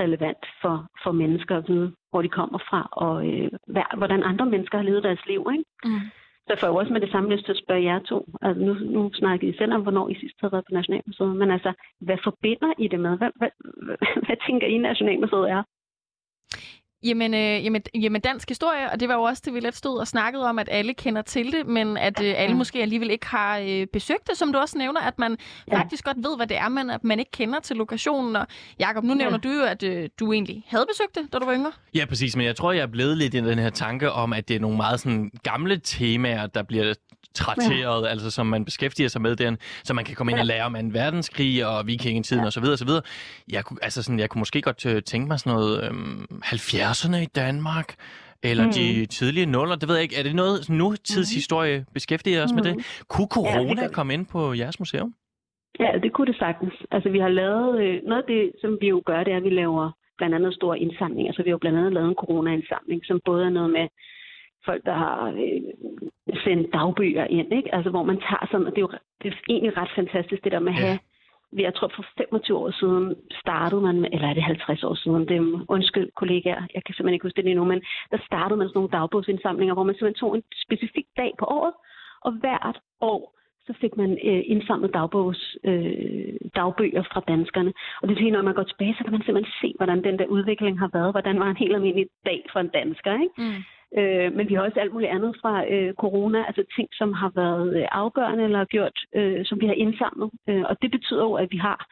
Speaker 8: relevant for, for mennesker at vide, hvor de kommer fra, og øh, hvad, hvordan andre mennesker har levet deres liv. Ikke?
Speaker 1: Mm.
Speaker 8: Så får jeg jo også med det samme lyst til at spørge jer to. Altså, nu, nu snakkede I selv om, hvornår I sidst havde været på Nationalmuseet, men altså, hvad forbinder I det med? Hvad, hvad, hvad tænker I, Nationalmuseet er?
Speaker 1: Jamen, øh, jamen, jamen, dansk historie, og det var jo også det, vi lidt stod og snakkede om, at alle kender til det, men at øh, alle måske alligevel ikke har øh, besøgt det, som du også nævner, at man ja.
Speaker 8: Ja.
Speaker 1: faktisk godt ved, hvad det er, men at man ikke kender til lokationen. Og Jacob, nu nævner ja. du jo, at øh, du egentlig havde besøgt det, da du var yngre.
Speaker 2: Ja, præcis, men jeg tror, jeg er blevet lidt i den her tanke om, at det er nogle meget sådan gamle temaer, der bliver trakteret, ja. altså som man beskæftiger sig med den, så man kan komme ind og lære om 2. verdenskrig og vikingetiden ja. og så videre, og så videre. Jeg kunne, altså sådan, jeg kunne måske godt øh, tænke mig sådan noget øhm, 70'erne i Danmark, eller mm. de tidlige nuller, det ved jeg ikke. Er det noget sådan nutidshistorie, mm. beskæftiger jeg os mm. med det? Kunne corona ja,
Speaker 8: gør
Speaker 2: det
Speaker 8: vi.
Speaker 2: komme ind på jeres museum?
Speaker 8: Ja, det kunne det sagtens. Altså, vi har lavet... Øh, noget af det, som vi jo gør, det er, at vi laver blandt andet store indsamlinger. Så vi har jo blandt andet lavet en coronaindsamling, som både er noget med folk, der har øh, sendt dagbøger ind, ikke? Altså, hvor man tager sådan... Og det er jo det er egentlig ret fantastisk, det der med at
Speaker 2: Ja.
Speaker 8: have... Jeg tror, for 25 år siden startede man, med, eller er det 50 år siden, det er, undskyld kollegaer, jeg kan simpelthen ikke huske det lige nu, men der startede man sådan nogle dagbogsindsamlinger, hvor man simpelthen tog en specifik dag på året, og hvert år så fik man øh, indsamlet dagbogs, øh, dagbøger fra danskerne. Og det vil sige, når man går tilbage, så kan man simpelthen se, hvordan den der udvikling har været. Hvordan var en helt almindelig dag for en dansker, ikke?
Speaker 1: Mm.
Speaker 8: Øh, men vi har også alt muligt andet fra øh, corona, altså ting, som har været øh, afgørende eller gjort, øh, som vi har indsamlet. Øh, og det betyder jo, at vi har,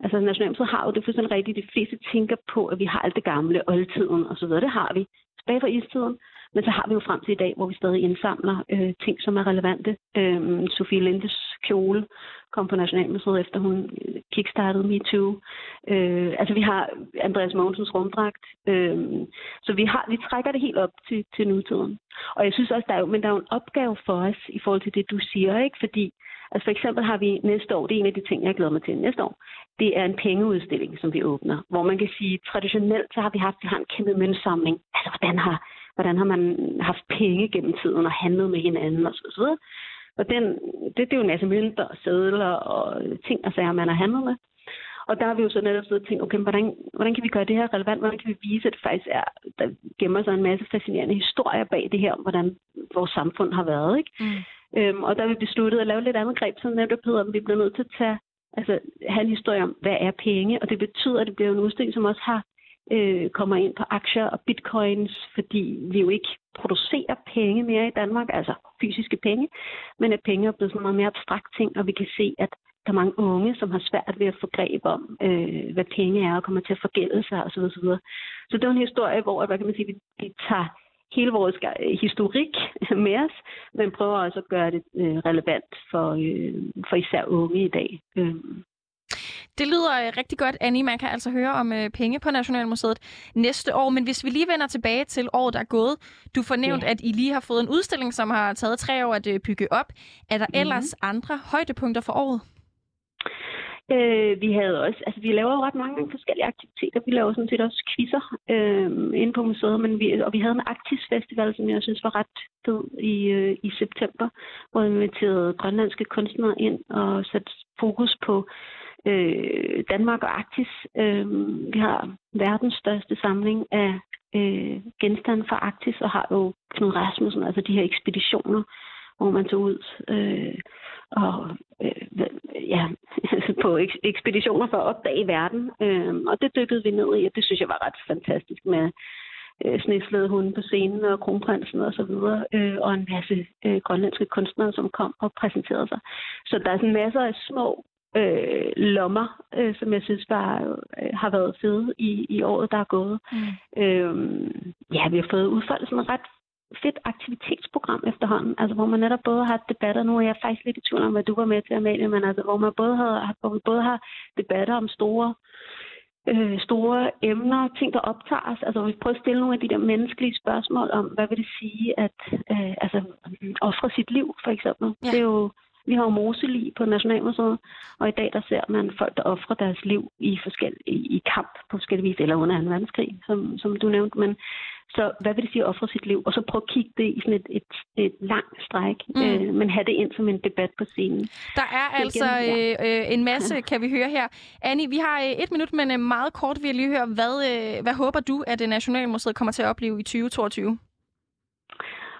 Speaker 8: altså Nationalmuseet har jo det er fuldstændig rigtigt, de fleste tænker på, at vi har alt det gamle, oldtiden og så videre. Det har vi tilbage fra istiden. Men så har vi jo frem til i dag, hvor vi stadig indsamler øh, ting, som er relevante. Øh, Sofie Lindes kjole kom på Nationalmuseet, efter hun øh, kickstartede MeToo. Øh, altså vi har Andreas Mogensens rumdragt. Øh, så vi, har, vi trækker det helt op til, til nutiden. Og jeg synes også, der er, jo, men der er jo en opgave for os i forhold til det, du siger, ikke? Fordi altså for eksempel har vi næste år, det er en af de ting, jeg glæder mig til næste år, det er en pengeudstilling, som vi åbner, hvor man kan sige, traditionelt så har vi haft, vi har en kæmpe møntsamling. Altså hvordan har, hvordan har man haft penge gennem tiden og handlet med hinanden og så så videre. Og den, det, det er jo en masse mønter og sædler og ting og sager, man har handlet med. Og der har vi jo så netop siddet og tænkt, okay, hvordan, hvordan kan vi gøre det her relevant? Hvordan kan vi vise, at det faktisk er, der gemmer sig en masse fascinerende historier bag det her, om hvordan vores samfund har været, ikke?
Speaker 1: Mm.
Speaker 8: Øhm, og der har vi besluttet at lave lidt andet greb, som netop hedder, at vi bliver nødt til at tage, altså, have en historie om, hvad er penge? Og det betyder, at det bliver en udstilling, som også har øh, kommer ind på aktier og bitcoins, fordi vi jo ikke producerer penge mere i Danmark, altså fysiske penge, men at penge er blevet sådan en meget mere abstrakt ting, og vi kan se, at der er mange unge, som har svært ved at få greb om, øh, hvad penge er, og kommer til at forgælde sig osv. osv. Så det er jo en historie, hvor at, hvad kan man sige, vi, vi tager hele vores øh, historik med os, men prøver også at gøre det øh, relevant for, øh, for især unge i dag. Øh.
Speaker 1: Det lyder øh, rigtig godt, Annie. Man kan altså høre om øh, penge på Nationalmuseet næste år. Men hvis vi lige vender tilbage til året, der er gået. Du fornævnte, yeah. at I lige har fået en udstilling, som har taget tre år at øh, bygge op. Er der mm-hmm. ellers andre højdepunkter for året?
Speaker 8: Øh, vi havde også, altså vi laver jo ret mange forskellige aktiviteter. Vi laver sådan set også quizzer øh, inde på museet, men vi, og vi havde en Arktis Festival, som jeg synes var ret fed i, øh, i september, hvor vi inviterede grønlandske kunstnere ind og satte fokus på øh, Danmark og Arktis. Øh, vi har verdens største samling af øh, genstande fra Arktis, og har jo Knud Rasmussen, altså de her ekspeditioner, hvor man tog ud øh, og øh, hvad- ja, altså på eks- ekspeditioner for at opdage verden. Øh, og det dykkede vi ned i, og det synes jeg var ret fantastisk med øh, sneflede hunde på scenen og kronprinsen og så videre, øh, og en masse øh, grønlandske kunstnere, som kom og præsenterede sig. Så der er sådan masser af små øh, lommer, øh, som jeg synes var, øh, har været fede i, i året, der er gået. Mm. Øh, ja, vi har fået udfoldet sådan et ret fedt aktivitetsprogram efterhånden, altså hvor man netop både har debatter, nu er jeg faktisk lidt i tvivl om, hvad du var med til, Amalie, men altså hvor, man både har, hvor vi både har debatter om store øh, store emner, ting, der optager os. Altså, hvor vi prøver at stille nogle af de der menneskelige spørgsmål om, hvad vil det sige at øh, altså, ofre sit liv, for eksempel.
Speaker 1: Ja.
Speaker 8: Ja. Det er jo, vi har jo moselig på Nationalmuseet, og i dag der ser man folk, der offrer deres liv i, forskel, i, i kamp på forskellige vis, eller under 2. verdenskrig, som, som du nævnte. Men, så hvad vil det sige at ofre sit liv? Og så prøve at kigge det i sådan et, et, et langt stræk,
Speaker 1: Mm.
Speaker 8: mm. øh, men have det ind som en debat på scenen.
Speaker 1: Der er
Speaker 8: Igen,
Speaker 1: altså øh,
Speaker 8: ja.
Speaker 1: øh, en masse, kan vi høre her. Annie, vi har øh, et minut, men øh, meget kort vil jeg lige høre, hvad, øh, hvad håber du, at øh, Nationalmuseet kommer til at opleve i 2022?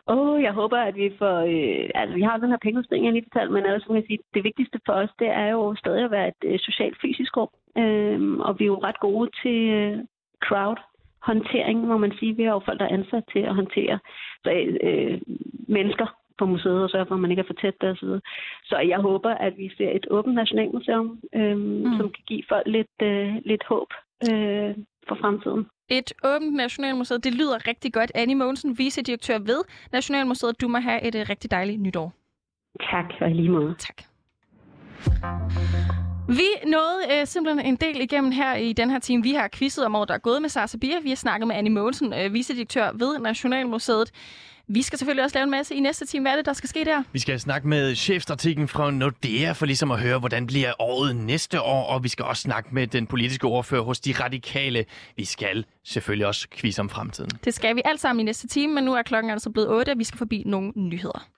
Speaker 8: Åh, oh, jeg håber, at vi får... Øh, altså, vi har den her pengeudstilling, jeg lige fortalte, men ellers kan jeg sige, det vigtigste for os, det er jo stadig at være et øh, socialt fysisk rum. Øhm, og vi er jo ret gode til øh, crowd-håndtering, må man sige. Vi har jo folk, der er ansat til at håndtere så, øh, mennesker på museet og sørge for, at man ikke er for tæt der osv. Så jeg håber, at vi ser et åbent nationalmuseum, øhm, mm. som kan give folk lidt, øh, lidt håb øh, for fremtiden.
Speaker 1: Et åbent Nationalmuseet, det lyder rigtig godt. Annie Mogensen, vicedirektør ved Nationalmuseet, du må have et øh, rigtig dejligt nytår.
Speaker 8: Tak, og i lige måde.
Speaker 1: Tak. Vi nåede øh, simpelthen en del igennem her i den her time. Vi har quizet om året, der er gået med Sara Sabir. Vi har snakket med Annie Mogensen, øh, vicedirektør ved Nationalmuseet. Vi skal selvfølgelig også lave en masse i næste time. Hvad er det, der skal ske der?
Speaker 2: Vi skal snakke med chefstrategen fra Nordea for ligesom at høre, hvordan bliver året næste år, og vi skal også snakke med den politiske ordfører hos De Radikale. Vi skal selvfølgelig også quizze om fremtiden.
Speaker 1: Det skal vi alt sammen i næste time, men nu er klokken altså blevet 8, og vi skal forbi nogle nyheder.